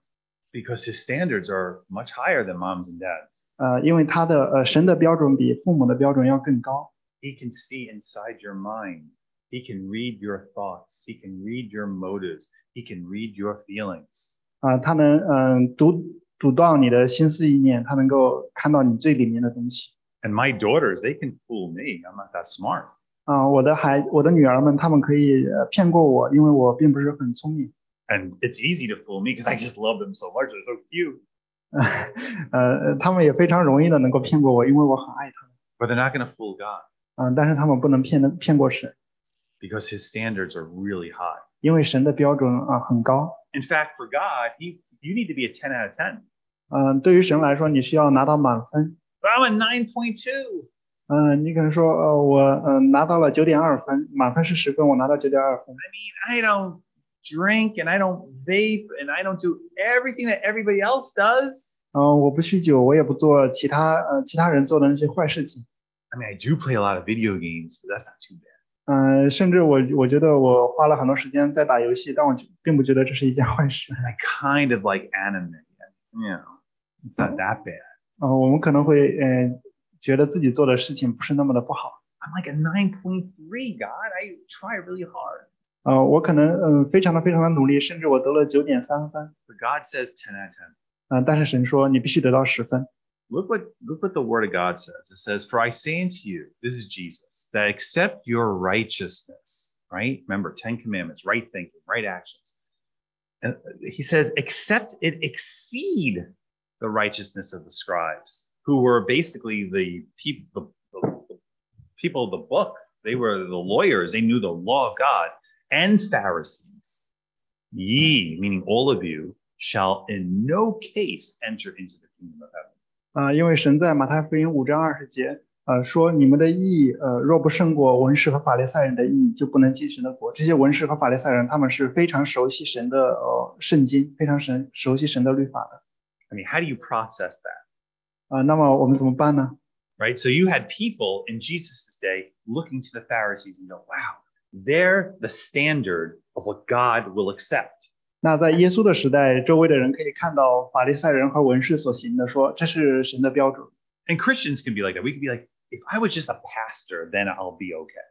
S2: Because his standards are much higher than mom's and dad's.
S1: 呃，因为他的呃神的标准比父母的标准要更高，
S2: He can see inside your mind. He can read your thoughts. He can read your motives. He can read your feelings.
S1: 啊、他能嗯、读读到你的心思意念，他能够看到你最里面的东西
S2: And my daughters, they can fool me. I'm not that smart.
S1: 啊、我的孩，我的女儿们，她们可以呃骗过我，因为我并不是很聪明。 [LAUGHS]
S2: And it's easy to fool me because I just love them so much. They're so cute.
S1: 呃，他们也非常容易的能够骗过我，因为我很爱他们
S2: But they're not going to fool God
S1: 啊、但是他们不能骗的骗过神，
S2: because his standards are really high.
S1: 因为神的标准啊、很高。
S2: In fact, for God, he you need to be a 10 out of 10.
S1: 嗯、对于神来说，你需要拿到满分。
S2: But I'm a 9.2.
S1: 嗯、你可能说，呃，我嗯、呃拿到了九点二分，满分是十分，我拿到九点二分。
S2: I mean, I don't drink and I don't vape and I don't do everything that everybody else does.
S1: 嗯、我不酗酒，我也不做其他呃其他人做的那些坏事情。
S2: I mean, I do play a lot of video games, but that's not too bad.
S1: 嗯、甚至我我觉得我花了很多时间在打游戏，但我觉并不觉得这是一件坏事。
S2: And I kind of like anime. You know, it's not that bad.
S1: 嗯、我们可能会嗯、呃觉得自己做的事情不是那么的不好。
S2: I'm like a 9.3, God. I try really hard.
S1: 呃，我可能嗯、呃非常的非常的努力，甚至我得了九点三分。
S2: But God says 10 out of 10.
S1: 嗯、但是神说你必须得到十分。
S2: Look what look what the word of God says. It says, For I say unto you, this is Jesus, that except your righteousness, right? Remember, 10 commandments, right thinking, right actions. And he says, except it exceed the righteousness of the scribes, who were basically the people the, the people of the book. They were the lawyers, they knew the law of God, and Pharisees. Ye, meaning all of you, shall in no case enter into the kingdom of heaven.
S1: 啊、因为神在马太福音五章二十节，呃，说你们的义，呃，若不胜过文士和法利赛人的义，就不能进神的国。这些文士和法利赛人，他们是非常熟悉神的呃圣经，非常神熟悉神的律法的。
S2: I mean, how do you process that?
S1: 啊、那么我们怎么办呢？
S2: Right? So you had people in Jesus' day looking to the Pharisees and go, wow, they're the standard of what God will accept.
S1: 那在耶稣的时代，周围的人可以看到法利赛人和文士所行的说，这是神的标准。
S2: And Christians can be like that. We could be like, if I was just a pastor, then I'll be okay.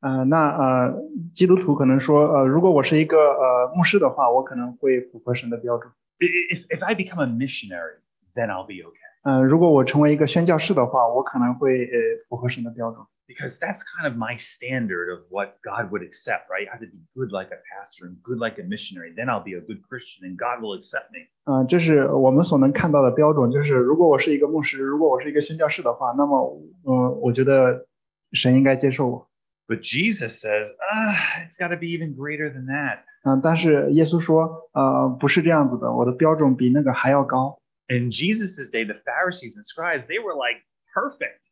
S1: 呃，那呃，基督徒可能说，呃，如果我是一个呃牧师的话，我可能会符合神的标准。
S2: I- i- If, if I become a missionary, then I'll be okay.
S1: 嗯、如果我成为一个宣教士的话，我可能会呃符合神的标准。
S2: Because that's kind of my standard of what God would accept, right? I have to be good like a pastor and good like a missionary. Then I'll be a good Christian and God will accept me.
S1: 嗯、这是我们所能看到的标准，就是如果我是一个牧师，如果我是一个宣教士的话，那么，嗯、我觉得神应该接受我。
S2: But Jesus says, ah, it's got to be even greater than that.
S1: 嗯、但是耶稣说，呃，不是这样子的，我的标准比那个还要高。
S2: in Jesus's day, the Pharisees and scribes, they were like perfect.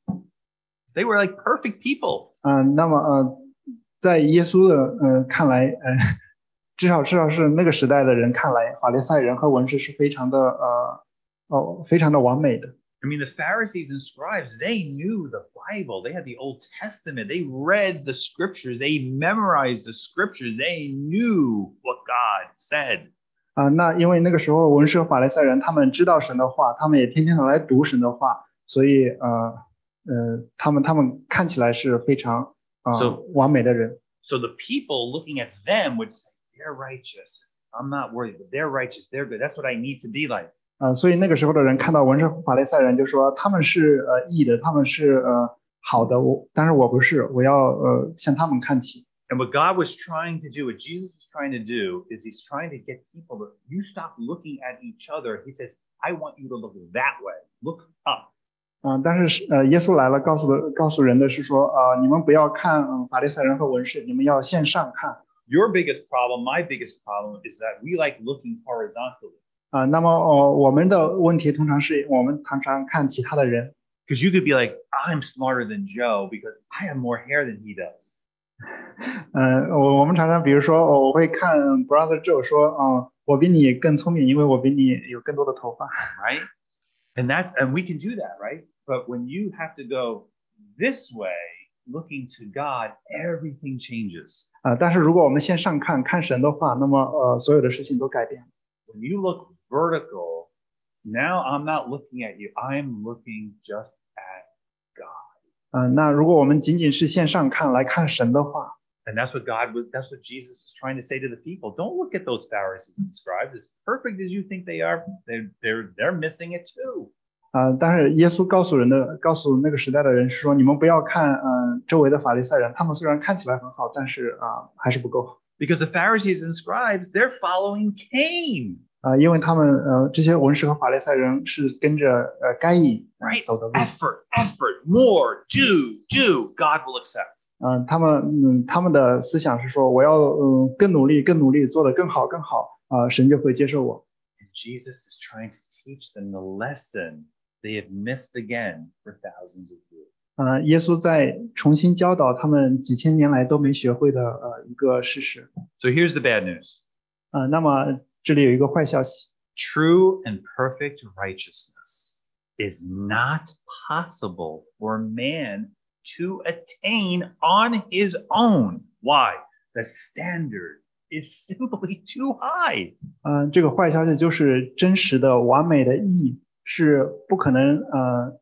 S2: They were like perfect people.
S1: 嗯、那么，呃，在耶稣的，呃，看来，呃，至少至少是那个时代的人看来，法利赛人和文士是非常的，呃，哦，非常的完美的。
S2: I mean, the Pharisees and scribes, they knew the Bible. They had the Old Testament. They read the scriptures. They memorized the scriptures. They knew what God said.
S1: 啊、那因为那个时候文士和法利赛人他们知道神的话，他们也天天的来读神的话，所以呃呃，他们他们看起来是非常啊、呃
S2: So-
S1: 完美的人，
S2: So the people looking at them would say, They're righteous. I'm not worthy, but they're righteous. They're good. That's what I need to be like.
S1: 呃，所以那个时候的人看到文士和法利赛人就说他们是呃义的，他们是呃好的，我但是我不是，我要呃向他们看齐。
S2: And what God was trying to do, what Jesus was trying to do, is he's trying to get people to, you stop looking at each other. He says, I want you to look that way. Look up.
S1: 嗯、但是是呃，耶稣来了，告诉的告诉人的是说，呃，你们不要看、嗯法利赛人和文士，你们要向上看
S2: Your biggest problem, my biggest problem, is that we like looking horizontally.
S1: 啊、那么呃，我们的问题通常是我们常常看其他的人，
S2: Because you could be like, I'm smarter than Joe because I have more hair than he does.
S1: [LAUGHS] 嗯，我我们常常比如说，哦我我会看 Brother Joe 说，嗯，我比你更聪明，因为我比你有更多的头发。
S2: right? And that's and we can do that, right? But when you have to go this way, looking to God, everything changes.
S1: 啊、但是如果我们线上看看神的话，那么呃，所有的事情都改变了。
S2: When you look vertical, now I'm not looking at you. I'm looking just at,
S1: 嗯、那如果我们仅仅是线上看来看神的话，
S2: and that's what God was. That's what Jesus was trying to say to the people. Don't look at those Pharisees and scribes as perfect as you think they are. They're they're they're missing it too.
S1: 呃，但是耶稣告诉人的，告诉那个时代的人是说，你们不要看，嗯、周围的法利赛人，他们虽然看起来很好，但是啊、还是不够好
S2: Because the Pharisees and scribes, they're following Cain.
S1: 啊、因为他们呃，这些文士和法利赛人是跟着呃该隐、呃
S2: Right.
S1: 走的路。
S2: Effort, effort, more, do, do. God will accept.
S1: 嗯、他们嗯，他们的思想是说，我要嗯更努力，更努力，做得更好，更好，啊、神就会接受我。
S2: And Jesus is trying to teach them the lesson they have missed again for thousands of years.
S1: 啊、耶稣在重新教导他们几千年来都没学会的呃一个事实。
S2: So here's the bad news
S1: 啊、那么这里有一个坏消息，
S2: true and perfect righteousness is not possible for man to attain on his own. Why? The standard is [LAUGHS] simply too high.
S1: 嗯、这个坏消息就是真实的、完美的意义是不可能，呃，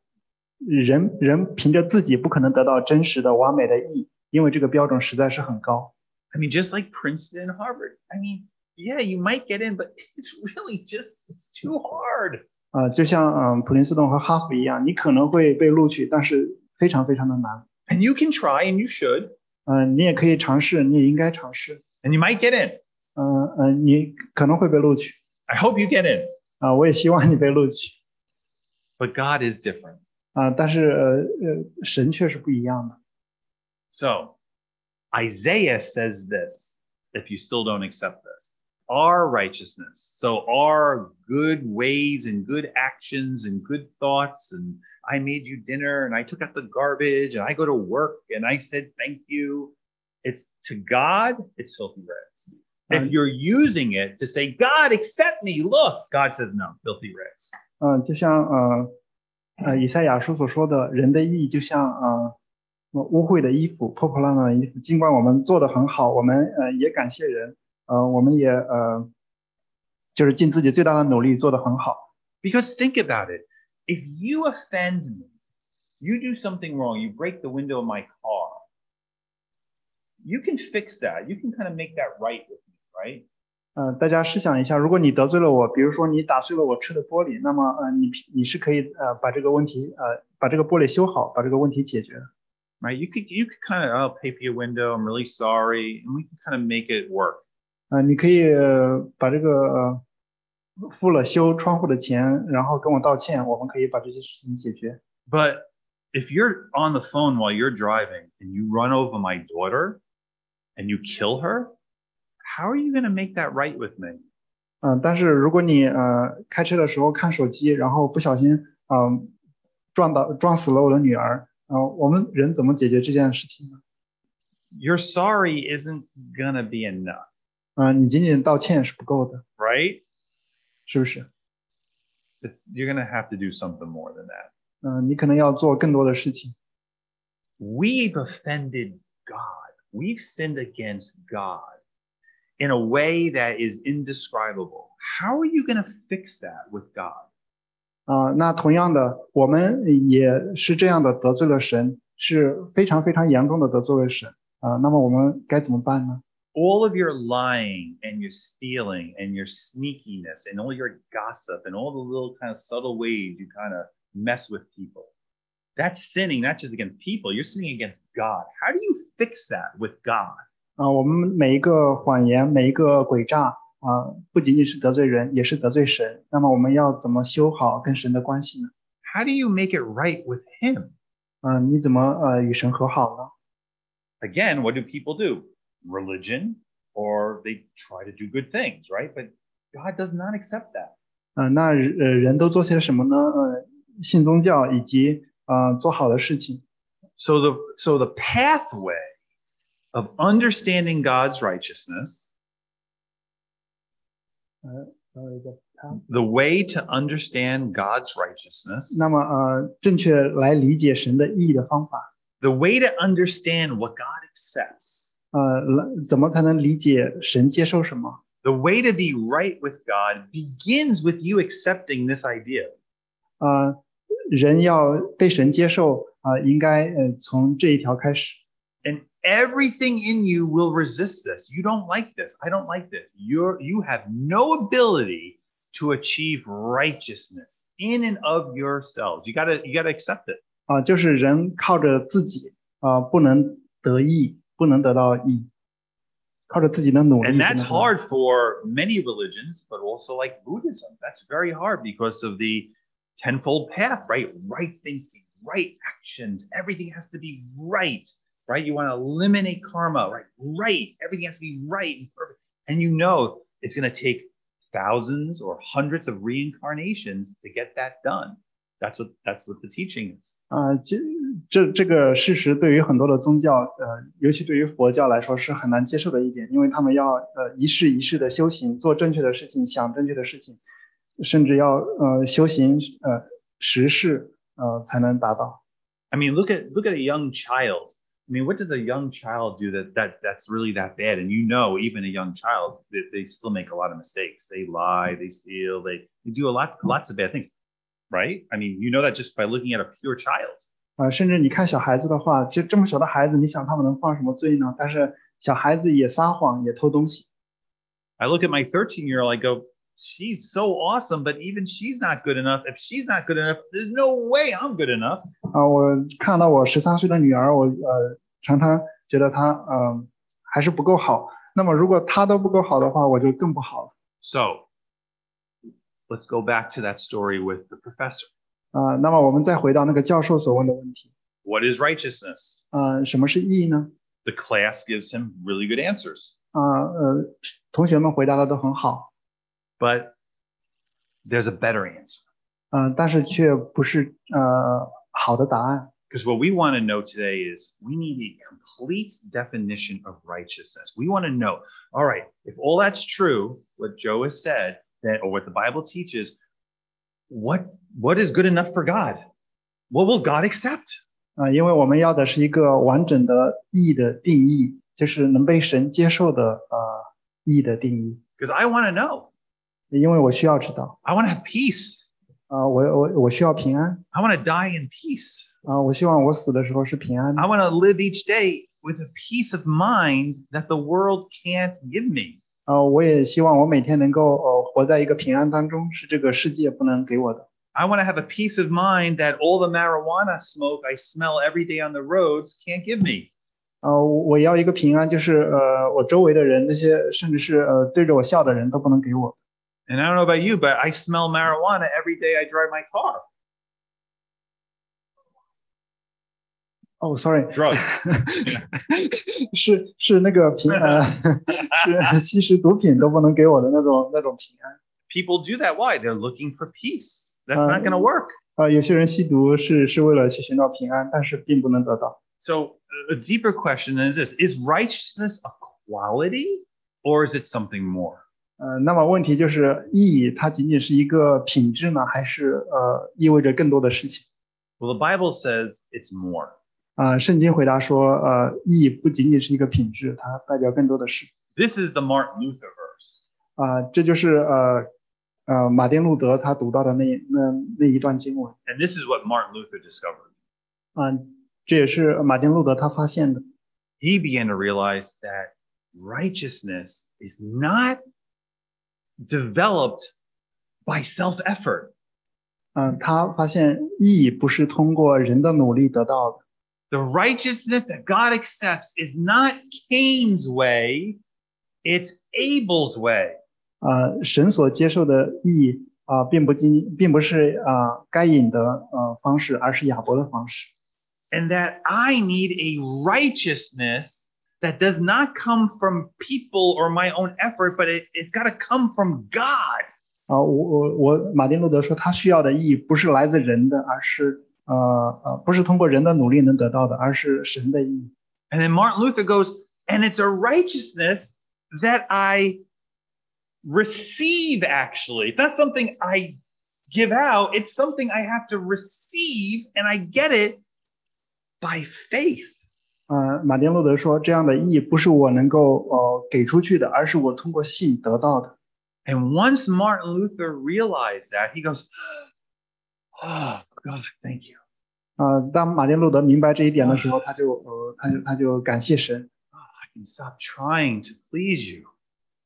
S1: 人人凭着自己不可能得到真实的、完美的意义，因为这个标准实在是很高。
S2: I mean, just like Princeton and Harvard. I mean, yeah, you might get in, but [LAUGHS] it's really just it's too hard.
S1: 啊，就像嗯普林斯顿和哈佛一样，你可能会被录取，但是非常非常的难。
S2: And you can try and you should,
S1: 嗯、你也可以尝试，你也应该尝试。
S2: and you might get in.
S1: 嗯、嗯、你可能会被录取
S2: I hope you get in.
S1: 啊、我也希望你被录取
S2: But God is different.
S1: 啊、但是呃呃，神却是不一样的。
S2: So Isaiah says this if you still don't accept this our righteousness, so our good ways and good actions and good thoughts, and I made you dinner and I took out the garbage and I go to work and I said thank you. It's to God, it's filthy rags. If
S1: Um,
S2: you're using it to say, God, accept me, look, God says, no, filthy rags.
S1: 嗯、就像呃呃以赛亚书所说的，人的意义就像呃污秽的衣服、破破烂烂的衣服。尽管我们做的很好，我们呃也感谢人，呃我们也呃就是尽自己最大的努力做得很好。
S2: Because think about it. If you offend me, you do something wrong, you break the window of my car, you can fix that. You can kind of make that right with me, right?
S1: 呃，大家试想一下，如果你得罪了我，比如说你打碎了我车的玻璃，那么呃，你你是可以呃把这个问题呃把这个玻璃修好，把这个问题解决的。
S2: Right? You could you could kind of oh pay for your window. I'm really sorry, and we can kind of make it work.
S1: 呃，你可以、呃把这个、呃付了修窗户的钱，然后跟我道歉，我们可以把这些事情解决。
S2: But if you're on the phone while you're driving and you run over my daughter and you kill her, how are you going to make that right with me?
S1: 嗯、但是如果你呃开车的时候看手机，然后不小心嗯、撞到撞死了我的女儿，呃，我们人怎么解决这件事情呢？
S2: Your sorry isn't going to be enough,
S1: 呃嗯、你仅仅道歉是不够的，
S2: right?
S1: 是不是？
S2: that you're going to have to do something more than that.
S1: 嗯、你可能要做更多的事情。
S2: We've offended God. We've sinned against God in a way that is indescribable. How are you going to fix that with God?
S1: 啊、那同样的，我们也是这样的得罪了神，是非常非常严重的得罪了神啊、那么我们该怎么办呢？
S2: all of your lying and your stealing and your sneakiness and all your gossip and all the little kind of subtle ways you kind of mess with people. That's sinning, not just against people, you're sinning against God. How do you fix that with God?
S1: 啊、我们每一个谎言，每一个诡诈啊、不仅仅是得罪人，也是得罪神。那么我们要怎么修好跟神的关系呢？
S2: How do you make it right with Him?
S1: 嗯、你怎么呃与神和好呢？
S2: Again, what do people do? Religion, or they try to do good things, right? But God does not accept that.
S1: 嗯、那人呃人都做些什么呢？呃，信宗教以及呃做好的事情。
S2: So the so the pathway of understanding God's righteousness
S1: 呃，
S2: the way to understand God's righteousness,
S1: 那么呃正确来理解神的意义的方法，
S2: the way to understand what God accepts,
S1: 呃，来怎么才能理解神接受什么？
S2: the way to be right with God begins with you accepting this idea.
S1: 呃，人要被神接受啊、呃应该呃从这一条开始。
S2: And everything in you will resist this. You don't like this. I don't like this. You're, you have no ability to achieve righteousness in and of yourselves. You gotta, you gotta accept it.
S1: 啊、就是人靠着自己啊、呃不能得意，不能得到意，靠着自己的努力不
S2: And
S1: 能得
S2: that's
S1: 到。
S2: hard for many religions, but also like Buddhism. That's very hard because of the tenfold path, right? Right thinking, right actions. Everything has to be right, right? You want to eliminate karma, right? Right. Everything has to be right and perfect. And you know it's going to take thousands or hundreds of reincarnations to get that done. That's what that's what the teaching is.
S1: 啊、这这这个事实对于很多的宗教，呃，尤其对于佛教来说是很难接受的一点，因为他们要呃一世一世的修行，做正确的事情，想正确的事情，甚至要呃修行呃十世呃才能达到。
S2: I mean, look at look at a young child. I mean, what does a young child do that that that's really that bad? And you know, even a young child, they, they still make a lot of mistakes. They lie, they steal, they, they do a lot lots of bad things, right? I mean, you know that just by looking at a pure child.
S1: 呃，甚至你看小孩子的话，这这么小的孩子，你想他们能犯什么罪呢？但是小孩子也撒谎，也偷东西。
S2: I look at my 13 year old, I go, she's so awesome, but even she's not good enough. If she's not good enough, there's no way I'm good enough.
S1: 啊、我看到我十三岁的女儿，我呃常常觉得她嗯、呃还是不够好。那么如果她都不够好的话，我就更不好了。
S2: So let's go back to that story with the professor.
S1: 啊、那么我们再回到那个教授所问的问题，
S2: What is righteousness?
S1: 啊，什么是意义呢？
S2: The class gives him really good answers.
S1: 啊、呃，同学们回答的都很好，
S2: but there's a better answer.
S1: 嗯、但是却不是呃好的答案。
S2: Because what we want to know today is we need a complete definition of righteousness. We want to know, all right, if all that's true, what Joe has said, that or what the Bible teaches, what what is good enough for God? What will God accept?
S1: 啊、因为我们要的是一个完整的意义的定义，就是能被神接受的呃意义的定义。
S2: Because I want to know.
S1: 因为我需要知道，
S2: I want to have peace.
S1: 啊、我我我需要平安，
S2: I want to die in peace.
S1: 啊、我希望我死的时候是平安的
S2: I，want to live each day with a peace of mind that the world can't give me.
S1: 啊、我也希望我每天能够呃活在一个平安当中，是这个世界不能给我的。
S2: I want to have a peace of mind that all the marijuana smoke I smell every day on the roads can't give me.
S1: 呃，我我要一个平安，就是呃，我周围的人那些，甚至是呃对着我笑的人都不能给我。
S2: And I don't know about you, but I smell marijuana every day I drive my car.
S1: 哦、s o r r y
S2: Drugs.
S1: [LAUGHS] 是是那个平呃，是吸食毒品都不能给我的那种那种平安。
S2: People do that. Why? They're looking for peace. That's
S1: Uh,
S2: not going to work.
S1: 呃，有些人吸毒是是为了去寻找平安，但是并不能得到。
S2: So, a deeper question is this Is righteousness a quality or is it something more?
S1: 呃，那么问题就是意义，它仅仅是一个品质呢，还是呃意味着更多的事情？
S2: Well, the Bible says it's more.
S1: 啊、圣经回答说，呃，意义不仅仅是一个品质，它代表更多的事。
S2: This is the Martin Luther verse.
S1: 啊、这就是呃呃马丁路德他读到的那那那一段经文。
S2: And this is what Martin Luther discovered.
S1: 啊、这也是马丁路德他发现的。
S2: He began to realize that righteousness is not developed by self effort.
S1: 嗯、他发现意义不是通过人的努力得到的，
S2: The righteousness that God accepts is not Cain's way, it's Abel's way.
S1: 呃，神所接受的意义啊、并不仅并不是啊、该隐的呃方式，而是亚伯的方式。
S2: and that I need a righteousness that does not come from people or my own effort, but it, it's got to come from God.
S1: 啊、我我我，马丁路德说，他需要的意义不是来自人的，而是呃呃，不是通过人的努力能得到的，而是神的意义。
S2: And then Martin Luther goes, and it's a righteousness that I receive, actually. It's not something I give out, it's something I have to receive, and I get it by faith.
S1: 呃，马丁路德说，这样的意义不是我能够呃给出去的，而是我通过信得到的。
S2: And once Martin Luther realized that, he goes, Oh, God, thank you.
S1: 呃，当马丁路德明白这一点的时候，他就呃，他就他就感谢神。
S2: I can stop trying to please you.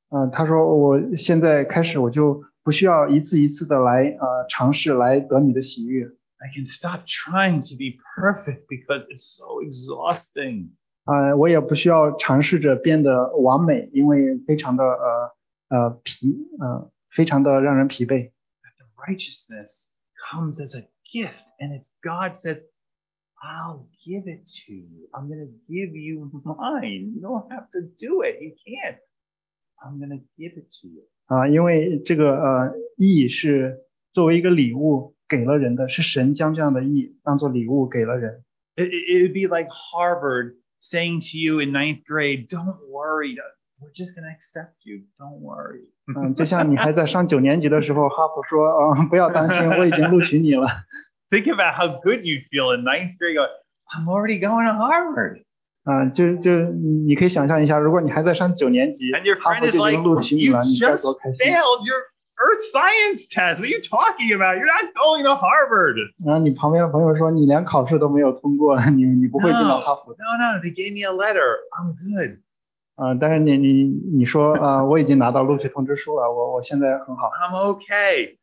S1: 呃，他说我现在开始我就不需要一次一次的来呃尝试来得你的喜悦。
S2: I can stop trying to be perfect because it's so exhausting.
S1: 呃，我也不需要尝试着变得完美，因为非常的呃呃疲呃非常的让人疲惫。
S2: The righteousness comes as a gift, and it's God says, I'll give it to you. I'm going to give you mine. You don't have to do it. You can't. I'm going to give it to you.
S1: 啊、因为这个呃意义是作为一个礼物给了人的，是神将这样的意义当做礼物给了
S2: [LAUGHS]
S1: 人。
S2: It, it- it would be like Harvard saying to you in ninth grade, Don't worry. We're just going to accept you. Don't worry.
S1: 嗯，就像你还在上九年级的时候，哈佛说，啊、不要担心，我已经录取你了。
S2: Think about how good you'd feel in ninth grade. Going, I'm already going to Harvard.
S1: 啊、就就你可以想象一下，如果你还在上九年级
S2: And your，
S1: 哈
S2: friend
S1: 佛
S2: is
S1: 就已
S2: like,
S1: 经录取你
S2: you
S1: 了，你该
S2: just
S1: 多开心！
S2: failed your earth science test. What are you talking about? You're not going to Harvard.
S1: 然后啊你旁边的朋友说，你连考试都没有通过，你你不会进到哈佛的。
S2: No, no, they gave me a letter. I'm good.
S1: 啊、但是你你你说，啊、我已经拿到录取通知书了，我我现在很好，
S2: I'm okay.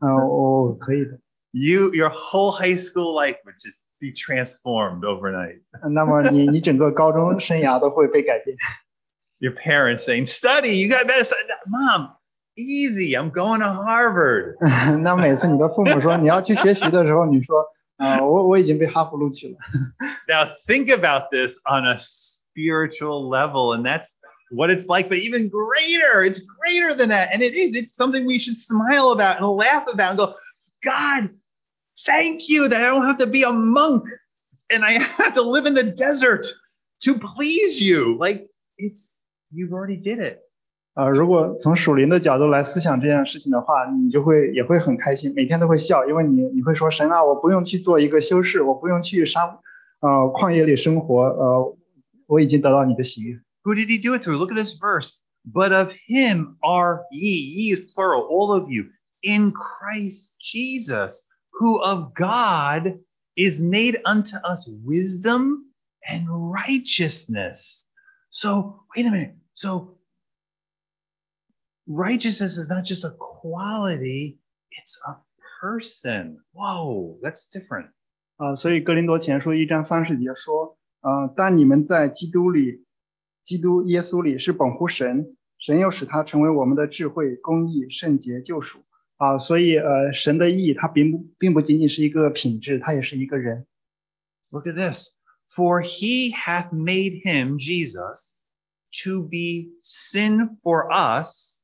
S1: 嗯、我我可以的。
S2: you, your whole high school life would just be transformed overnight.
S1: 呃那么你你整个高中生涯都会被改变。 [LAUGHS]
S2: Your parents saying, study, you got better. study." Mom, easy. I'm going to Harvard.
S1: 那每次你的父母说你要去学习的时候，你说，啊、我我已经被哈佛录取了。
S2: Now think about this on a spiritual level, and that's what it's like, but even greater. It's greater than that. And it is, it's something we should smile about and laugh about and go, God, thank you that I don't have to be a monk and I [LAUGHS] have to live in the desert to please you. Like it's you've already did it.
S1: 啊、如果从属灵的角度来思想这件事情的话，你就会也会很开心，每天都会笑，因为你你会说神啊，我不用去做一个修士，我不用去沙，呃，旷野里生活，呃，我已经得到你的喜悦。
S2: Who did he do it through? Look at this verse. But of him are ye, ye is plural, all of you, in Christ Jesus, who of God is made unto us wisdom and righteousness. So, wait a minute. So, righteousness is not just a quality, it's a person. Whoa, that's different.
S1: 啊、所以《哥林多前书》一章三十节说，呃，但你们在基督里，基督耶稣里是本乎神，神又使他成为我们的智慧、公义、圣洁、救赎。啊、所以呃，神的意义它并不并不仅仅是一个品质，它也是一个人。
S2: Look at this. For he hath made him, Jesus, to be sin for us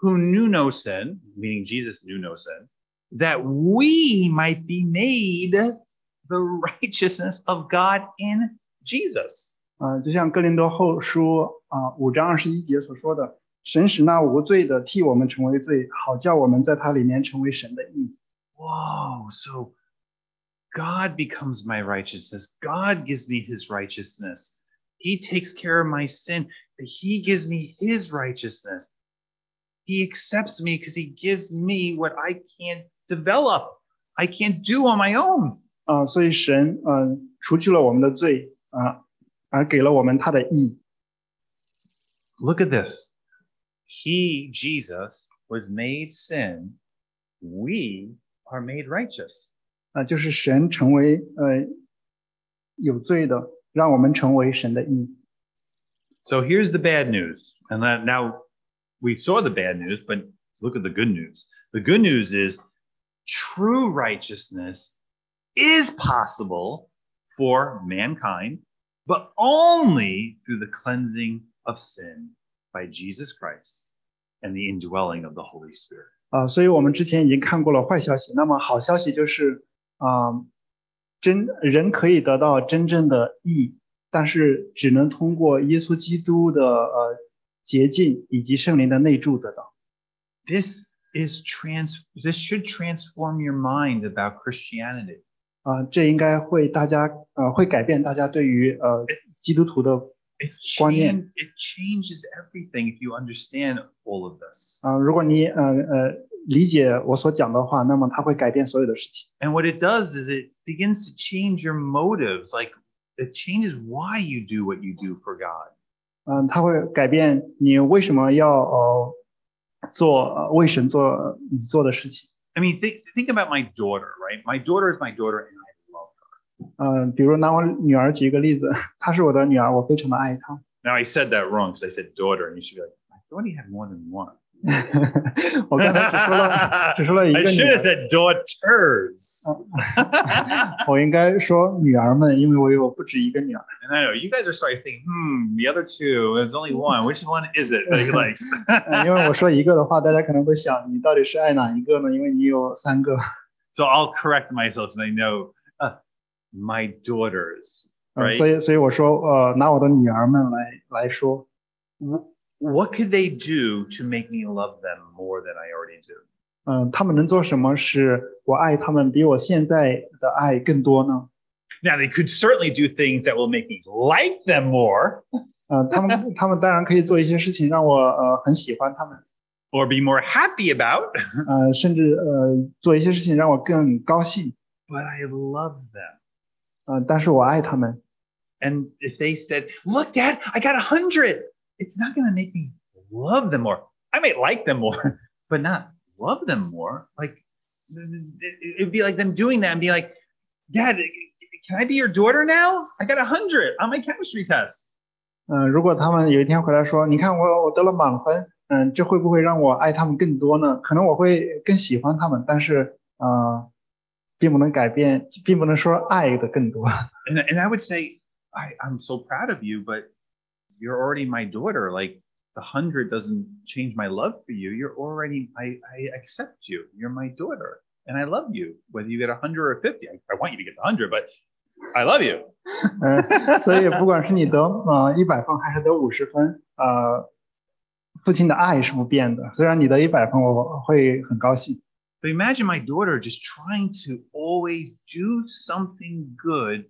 S2: who knew no sin, meaning Jesus knew no sin, that we might be made the [LAUGHS] righteousness of God in Jesus.
S1: 呃啊、就像《哥林多后书》啊、五章二十一节所说的，神使那无罪的替我们成为罪，好叫我们在他里面成为神的义。
S2: Whoa, so God becomes my righteousness. God gives me his righteousness. He takes care of my sin. He gives me his righteousness. He accepts me because he gives me what I can't develop, I can't do on my own.
S1: 啊、所以神嗯、呃除去了我们的罪啊、而给了我们他的义。
S2: Look at this. He, Jesus, was made sin. We are made righteous.
S1: 啊、就是神成为呃有罪的，让我们成为神的义。
S2: So here's the bad news. And that now we saw the bad news, but look at the good news. The good news is true righteousness is possible for mankind, but only through the cleansing of sin by Jesus Christ and the indwelling of the Holy Spirit.
S1: 啊、所以我们之前已经看过了坏消息。那么好消息就是啊、真人可以得到真正的义，但是只能通过耶稣基督的呃洁净以及圣灵的内住得到。
S2: This is trans this should transform your mind about Christianity.
S1: 啊、这应该会大家呃会改变大家对于呃基督徒的
S2: It,
S1: Quan Yin.
S2: chan- it changes everything if you understand all of this.
S1: 啊、如果你呃呃理解我所讲的话，那么它会改变所有的事情。
S2: And what it does is it begins to change your motives. Like it changes why you do what you do for God.
S1: 嗯、它会改变你为什么要呃做呃为神做呃你做的事情。
S2: I mean, think think about my daughter, right? My daughter is my daughter, and I love her.
S1: 嗯、比如拿我女儿举一个例子， [LAUGHS] 她是我的女儿，我非常的爱她。 [LAUGHS]
S2: Now I said that wrong because I said daughter, and you should be like, I thought he had more than one.
S1: 我刚才只说了只说了一
S2: [LAUGHS] I
S1: 个女
S2: should
S1: 儿
S2: have，said daughters. and
S1: 我应该说女儿们，因为我有不止一个女儿。
S2: I know you guys are starting to think, hmm, the other two, there's only one. Which one is it that he likes?
S1: 呃因为我说一个的话，大家可能会想你到底是爱哪一个呢？因为你有三个。
S2: so I'll correct myself because I know uh, my daughters,
S1: 嗯，
S2: right?
S1: 所以所以我说，呃，拿我的女儿们来来说，
S2: Wh- what could they do to make me love them more than I already do?
S1: 嗯、她们能做什么使我爱她们比我现在的爱更多呢？
S2: Now, they could certainly do things that will make me like them more
S1: 呃，她们她们当然可以做一些事情让我呃很喜欢她们，
S2: or be more happy about,
S1: 呃，甚至呃做一些事情让我更高兴，
S2: but I love them.
S1: 呃，但是我爱她们。
S2: And if they said, Look, Dad, I got a 100, it's not going to make me love them more. I might like them more, [LAUGHS] but not love them more. Like, th- th- it would be like them doing that and be like, Dad, can I be your daughter now? I got a 100 on my chemistry test.
S1: 嗯、如果她们有一天回来说，你看我我得了满分，嗯、这会不会让我爱她们更多呢？可能我会更喜欢她们，但是呃，并不能改变，并不能说爱的更多。
S2: and, and I would say, I, I'm so proud of you, but you're already my daughter. Like the hundred doesn't change my love for you. You're already, I, I accept you. You're my daughter and I love you. Whether you get a hundred or 50, I, I want you to get the hundred, but I love you.
S1: 嗯，所以不管是你得呃一百分还是得五十分，呃，父亲的爱是不变的。虽然你得一百分，我会很高兴。
S2: But imagine my daughter just trying to always do something good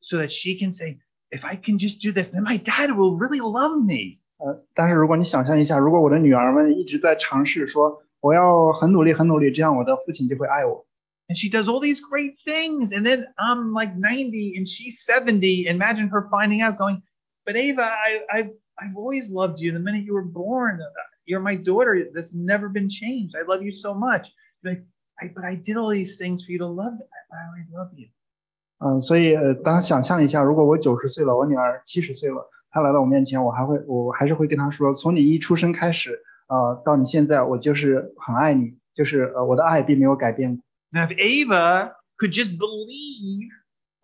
S2: so that she can say, if I can just do this, then my dad will really love me.
S1: 呃但是如果你想象一下，如果我的女儿们一直在尝试说我要很努力、很努力，这样我的父亲就会爱我。
S2: and she does all these great things. And then I'm like 90 and she's 70. Imagine her finding out, going, But Ava, I, I've, I've always loved you. The minute you were born, uh, you're my daughter. That's never been changed. I love you so much. Like, I, but I did all these things for you to love. me. I, I already love you.
S1: 嗯，所以呃，当想象一下，如果我九十岁了，我女儿七十岁了，她来到我面前，我还会，我还是会跟她说，从你一出生开始，呃，到你现在，我就是很爱你，就是呃，我的爱并没有改变过
S2: Now, if Ava could just believe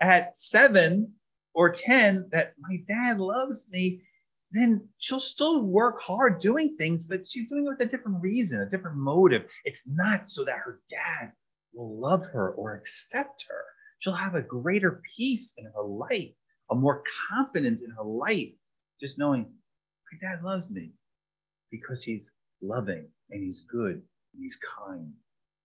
S2: at seven or 10 that my dad loves me, then she'll still work hard doing things, but she's doing it with a different reason, a different motive. It's not so that her dad will love her or accept her. She'll have a greater peace in her life, a more confidence in her life, just knowing my dad loves me. because he's loving and he's good and he's kind.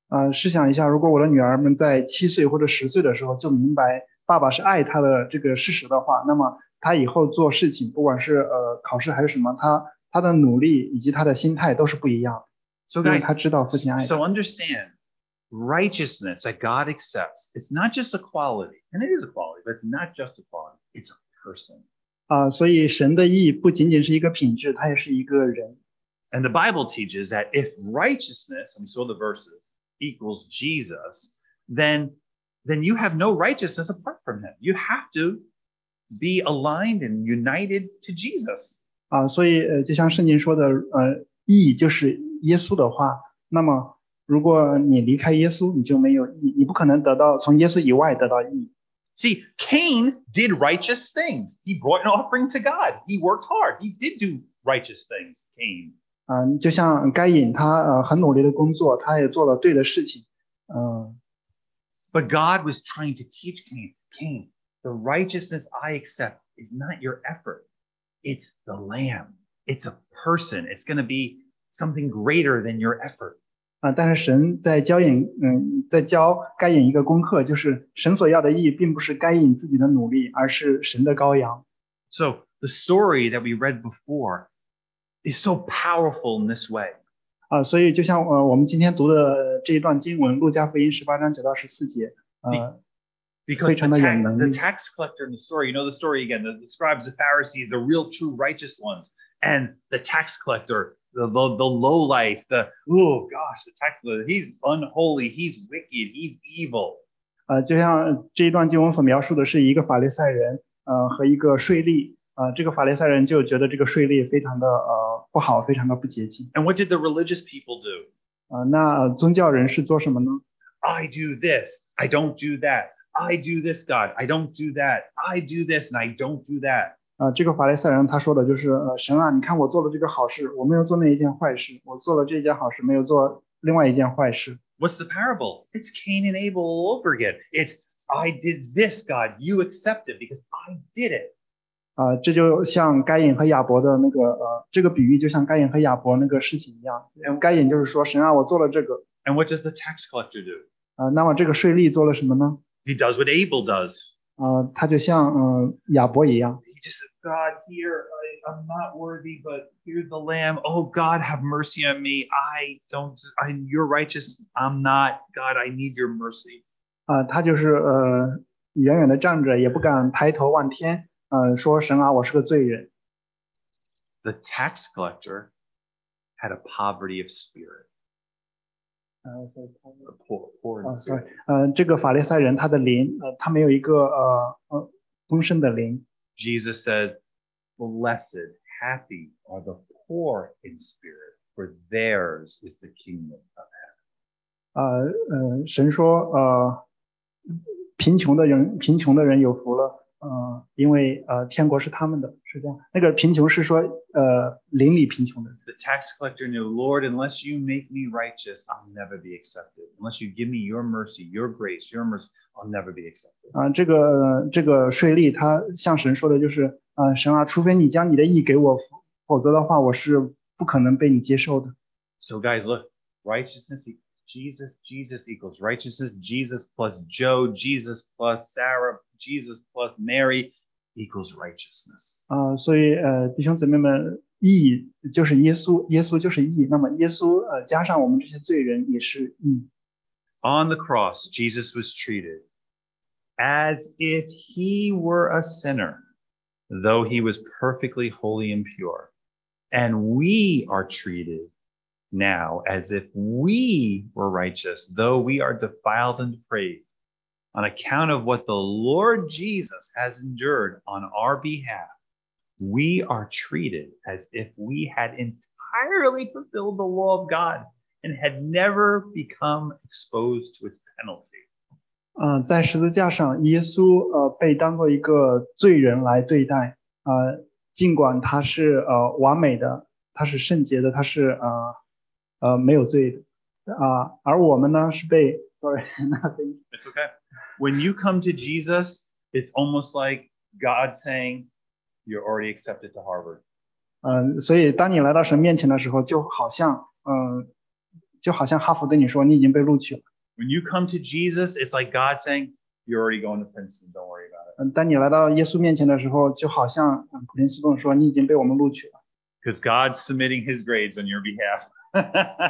S1: 呃，试想一下，如果我的女儿们在七岁或者十岁的时候就明白爸爸是爱她的这个事实的话，那么她以后做事情，不管是呃考试还是什么，她她的努力以及她的心态都是不一样的，
S2: So
S1: 因为
S2: guys,
S1: 她知道父亲爱她。
S2: so understand righteousness that God accepts. It's not just a quality, and it is a quality, but it's not just a quality. It's a person.
S1: 啊、所以神的义不仅仅是一个品质，它也是一个人。
S2: And the Bible teaches that if righteousness, and we saw the verses, equals Jesus, then then you have no righteousness apart from him. You have to be aligned and united to Jesus.
S1: 啊、所以呃，就像圣经说的，呃，义就是耶稣的话。那么，如果你离开耶稣，你就没有义，你不可能得到从耶稣以外得到义。
S2: See, Cain did righteous things. He brought an offering to God. He worked hard. He did do righteous things, Cain.
S1: 啊、就像该隐他呃很努力的工作，他也做了对的事情。嗯、
S2: But God was trying to teach Cain, Cain, the righteousness I accept is not your effort. It's the lamb. It's a person. It's going to be something greater than your effort.
S1: 啊、但是神在教引，嗯，在教该隐一个功课，就是神所要的义，并不是该隐自己的努力，而是神的羔羊。
S2: So the story that we read before is so powerful in this way.
S1: 啊、所以就像呃我们今天读的这一段经文《路加福音》十八章九到十四节，呃
S2: Because
S1: 非
S2: the,
S1: 常的
S2: tax-
S1: 有能力。
S2: the tax collector in the story, you know the story again, the, the scribes, the Pharisees, the real true righteous ones, and the tax collector, the, the, the low life, the, oh gosh, the tax collector, he's unholy, he's wicked, he's evil.
S1: 呃，就像这一段经文所描述的是一个法利赛人，呃和一个税吏，呃这个法利赛人就觉得这个税吏非常的呃不好，非常的不洁净。
S2: And what did the religious people do?
S1: 啊、那呃宗教人是做什么呢？
S2: I do this, I don't do that. I do this, God, I don't do that. I do this, and I don't do that.
S1: 啊、这个法利赛人他说的就是，呃，神啊，你看我做了这个好事，我没有做那一件坏事，我做了这件好事，没有做另外一件坏事。
S2: What's the parable? It's Cain and Abel all over again. It's I did this, God, you accept it because I did it.
S1: 啊、这就像该隐和亚伯的那个，呃，这个比喻就像该隐和亚伯那个事情一样。嗯该隐就是说，神啊，我做了这个，
S2: And what does the tax collector do?
S1: 啊、那么这个税吏做了什么呢？
S2: He does what Abel does.
S1: 啊、他就像嗯、呃亚伯一样，
S2: He just says, God, here, I, I'm not worthy, but here's the lamb. Oh, God, have mercy on me. I don't, I, you're righteous. I'm not. God, I need your mercy.
S1: 啊、他就是呃远远的站着，也不敢抬头望天，呃，说神啊，我是个罪人。
S2: The tax collector had a poverty of spirit,
S1: 呃
S2: a poor, poor in
S1: Oh,
S2: spirit.
S1: sorry. 呃，这个法利赛人他的灵，呃，他没有一个呃呃丰盛的灵。
S2: Jesus said, Blessed, happy are the poor in spirit, for theirs is the kingdom of heaven.
S1: 呃呃，神说，呃，贫穷的人，贫穷的人有福了，呃，因为呃天国是他们的，是这样。那个贫穷是说，呃，邻里贫穷的人。
S2: The tax collector knew, Lord, unless you make me righteous, I'll never be accepted. Unless you give me your mercy, your grace, your mercy, I'll never be accepted.
S1: 啊、这个、呃这个税吏他向神说的就是，呃，神啊，除非你将你的义给我，否则的话，我是不可能被你接受的。
S2: So, guys, look, righteousness, e- Jesus, Jesus equals righteousness, Jesus plus Joe, Jesus plus Sarah, Jesus plus Mary equals righteousness.
S1: 啊、所以呃，弟兄姊妹们，义就是耶稣，耶稣就是义。那么耶稣呃，加上我们这些罪人也是义。
S2: On the cross, Jesus was treated as if he were a sinner, though he was perfectly holy and pure. And we are treated now as if we were righteous, though we are defiled and depraved, on account of what the Lord Jesus has endured on our behalf. We are treated as if we had entirely fulfilled the law of God and had never become exposed to its penalty.
S1: 啊、在十字架上，耶稣呃被当做一个罪人来对待。呃，尽管他是呃完美的，他是圣洁的，他是呃呃没有罪的啊、而我们呢是被 sorry [LAUGHS] 那被
S2: It's okay. When you come to Jesus, it's almost like God saying, You're already accepted to Harvard.
S1: 啊、嗯、所以当你来到神面前的时候，就好像，嗯、就好像哈佛对你说你已经被录取了。
S2: When you come to Jesus, it's like God saying, You're already going to Princeton, don't worry about it.
S1: 嗯、当你来到耶稣面前的时候，就好像嗯普林斯顿说你已经被我们录取了。
S2: Because God's submitting his grades on your behalf. [LAUGHS]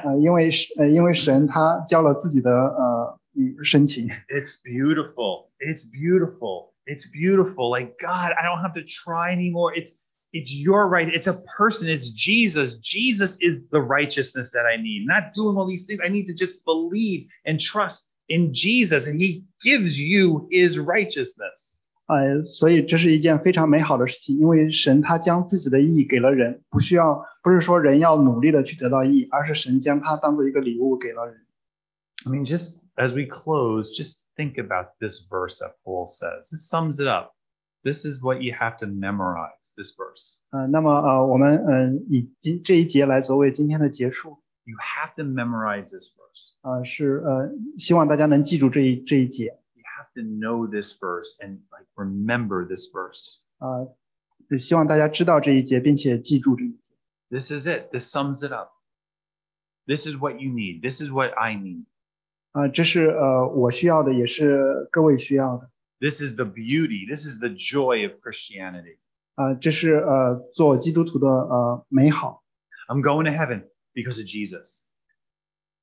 S1: 呃，因为是呃，因为神他交了自己的呃嗯申请，
S2: it's beautiful. It's beautiful. It's beautiful. Like God, I don't have to try anymore. It's it's your right. It's a person. It's Jesus. Jesus is the righteousness that I need. Not doing all these things. I need to just believe and trust in Jesus, and He gives you His righteousness.
S1: 呃，所以这是一件非常美好的事情，因为神他将自己的意义给了人，不需要不是说人要努力的去得到意义，而是神将它当做一个礼物给了人。
S2: I mean, just as we close, just think about this verse that Paul says. This sums it up. This is what you have to memorize. This verse.
S1: 呃，那么呃，我们嗯、呃以今这一节来作为今天的结束，
S2: You have to memorize this verse.
S1: 呃，是呃，希望大家能记住这一这一节，
S2: You have to know this verse and like remember this verse.
S1: 呃，希望大家知道这一节，并且记住这一节。
S2: This is it. This sums it up. This is what you need. This is what I need.
S1: 啊、这是呃我需要的，也是各位需要的。
S2: This is the beauty. This is the joy of Christianity.
S1: 啊、这是呃做基督徒的呃美好。
S2: I'm going to heaven because of Jesus.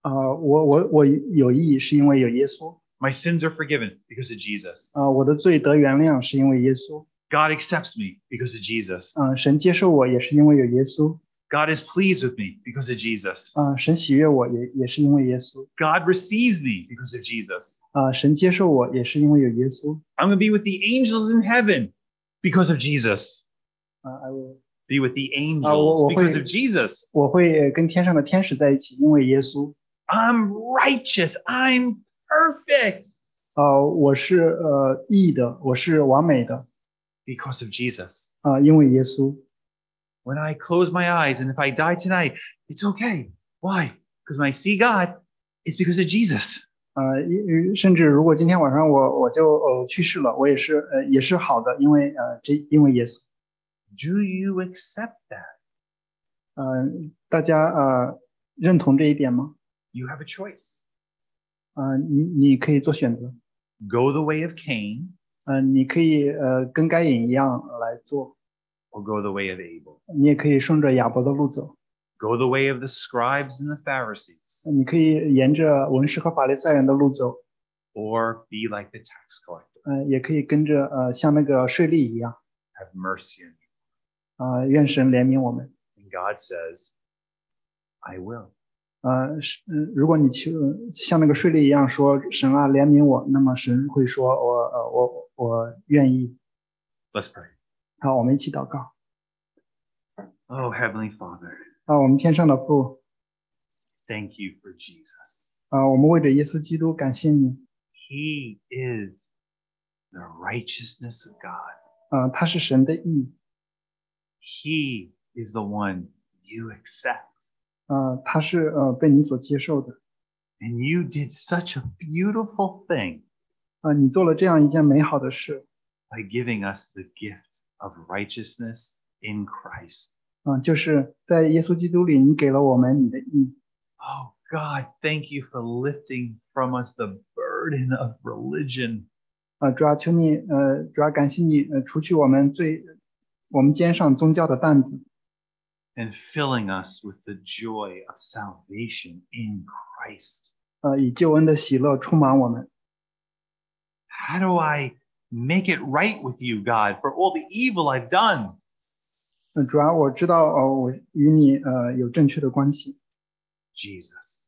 S1: 啊、我我我有意义是因为有耶稣。
S2: My sins are forgiven because of Jesus.
S1: 啊、我的罪得原谅是因为耶稣。
S2: God accepts me because of Jesus.
S1: 啊、神接受我也是因为有耶稣。
S2: God is pleased with me because of Jesus.
S1: 啊、神喜悦我也也是因为耶稣。
S2: God receives me because of Jesus.
S1: 啊、神接受我也是因为有耶稣。
S2: I'm going to be with the angels in heaven because of Jesus.
S1: 啊、哎我
S2: Be with the
S1: well,
S2: angels because
S1: wait.
S2: of Jesus.
S1: 我会呃跟天上的天使在一起，因为耶稣。
S2: I'm righteous. I'm perfect
S1: 啊，我是呃义的，我是完美的。
S2: because of Jesus.
S1: 啊、因为耶稣。
S2: When I close my eyes and if I die tonight, it's okay. Why? Because when I see God, it's because of Jesus.
S1: 呃，因为甚至如果今天晚上我我就呃去世了，我也是呃也是好的，因为呃这因为耶稣，
S2: Do you accept that?
S1: 嗯、大家呃认同这一点吗？
S2: You have a choice.
S1: 嗯、你你可以做选择，
S2: Go the way of Cain
S1: 嗯、你可以呃跟该隐一样来做，
S2: or go the way of Abel.
S1: 你也可以顺着亚伯的路走，呃
S2: Go the way of the scribes and the Pharisees
S1: 你可以沿着文士和法利赛人的路走，
S2: or be like the tax collector.
S1: 嗯、也可以跟着呃像那个税吏一样，
S2: Have mercy on me.
S1: 啊、愿神怜悯我们，
S2: And God says, I will.
S1: 呃是、嗯如果你去呃像那个税吏一样说神啊怜悯我，那么神会说我呃我我愿意。
S2: Let's pray.
S1: 好，我们一起祷告。
S2: Oh, Heavenly Father,
S1: 啊，我们天上的父，
S2: thank you for Jesus.
S1: 啊，我们为着耶稣基督感谢你。
S2: He is the righteousness of God.
S1: 啊，他是神的义，
S2: He is the one you accept.
S1: 啊，他是呃被你所接受的。
S2: And you did such a beautiful thing
S1: 啊，你做了这样一件美好的事。
S2: by giving us the gift of righteousness in Christ.
S1: 啊，就是在耶稣基督里，你给了我们你的义。
S2: Oh, God, thank you for lifting from us the burden of religion.
S1: 啊，主要求你，呃，主要感谢你，呃，除去我们最我们肩上宗教的担子，
S2: and filling us with the joy of salvation in Christ.
S1: 呃，以救恩的喜乐充满我们。
S2: How do I make it right with you, God, for all the evil I've done?
S1: 呃，主要我知道，呃，我与你，呃，有正确的关系。
S2: Jesus,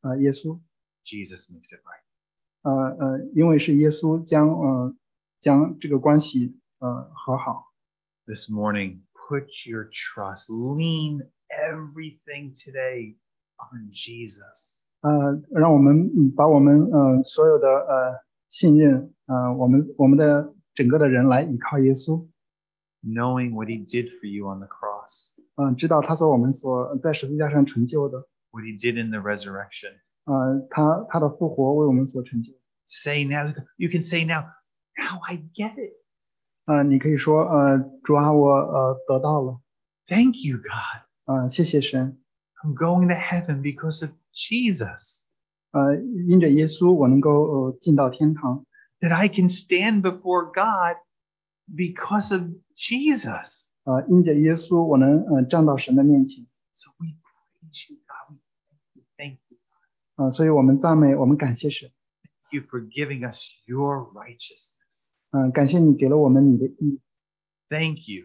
S1: 啊，耶稣，
S2: Jesus makes it right.
S1: 呃呃，因为是耶稣将呃将这个关系呃和好。
S2: This morning, put your trust, lean everything today on Jesus.
S1: 呃，让我们嗯把我们呃所有的呃信任，呃我们我们的整个的人来依靠耶稣，
S2: Knowing what he did for you on the cross,
S1: 嗯、知道他所我们所在十字架上成就的，
S2: what he did in the resurrection.
S1: 呃，他他的复活为我们所成就。
S2: Say now, you can say now, now I get it.
S1: 呃，你可以说，呃，主啊，我呃得到了，
S2: Thank you, God.
S1: 啊、谢谢神，
S2: I'm going to heaven because of Jesus,
S1: 呃，因着耶稣，我能够、呃、进到天堂，
S2: that I can stand before God because of Jesus.
S1: 啊，因着耶稣，我能呃站到神的面前，
S2: So we praise you, God. We thank you.
S1: 啊、所以我们赞美，我们感谢神，
S2: Thank you for giving us your righteousness.
S1: 嗯、感谢你给了我们你的义，
S2: Thank you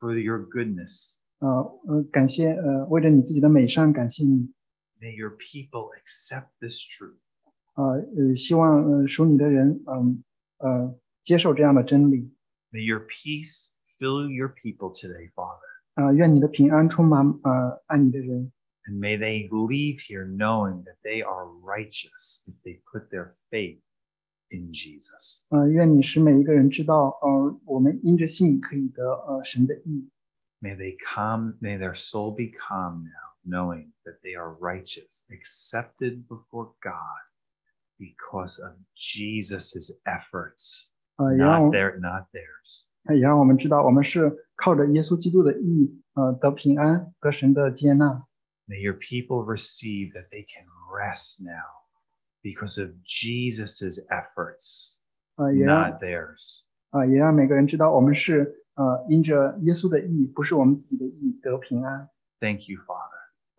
S2: for your goodness.
S1: 啊、呃，感谢呃，为着你自己的美善，感谢你，
S2: May your people accept this truth.
S1: 啊、呃，希望呃属你的人，嗯、呃，接受这样的真理，
S2: May your peace fill your people today, Father.
S1: 啊、愿你的平安充满呃爱你的人，
S2: And may they leave here knowing that they are righteous if they put their faith in Jesus.
S1: 啊、愿你使每一个人知道，呃，我们因着信可以得呃神的义，
S2: May they calm, may their soul be calm now, knowing that they are righteous, accepted before God because of Jesus' efforts,
S1: 啊、也让
S2: not
S1: 我
S2: their not theirs.
S1: 也让我们知道，我们是靠着耶稣基督的义，呃，得平安，得神的接纳。
S2: May your people receive that they can rest now because of Jesus' efforts,
S1: 呃，也让
S2: not theirs.
S1: 呃，也让每个人知道，我们是呃，因着耶稣的义，不是我们自己的义得平安。
S2: Thank you, Father.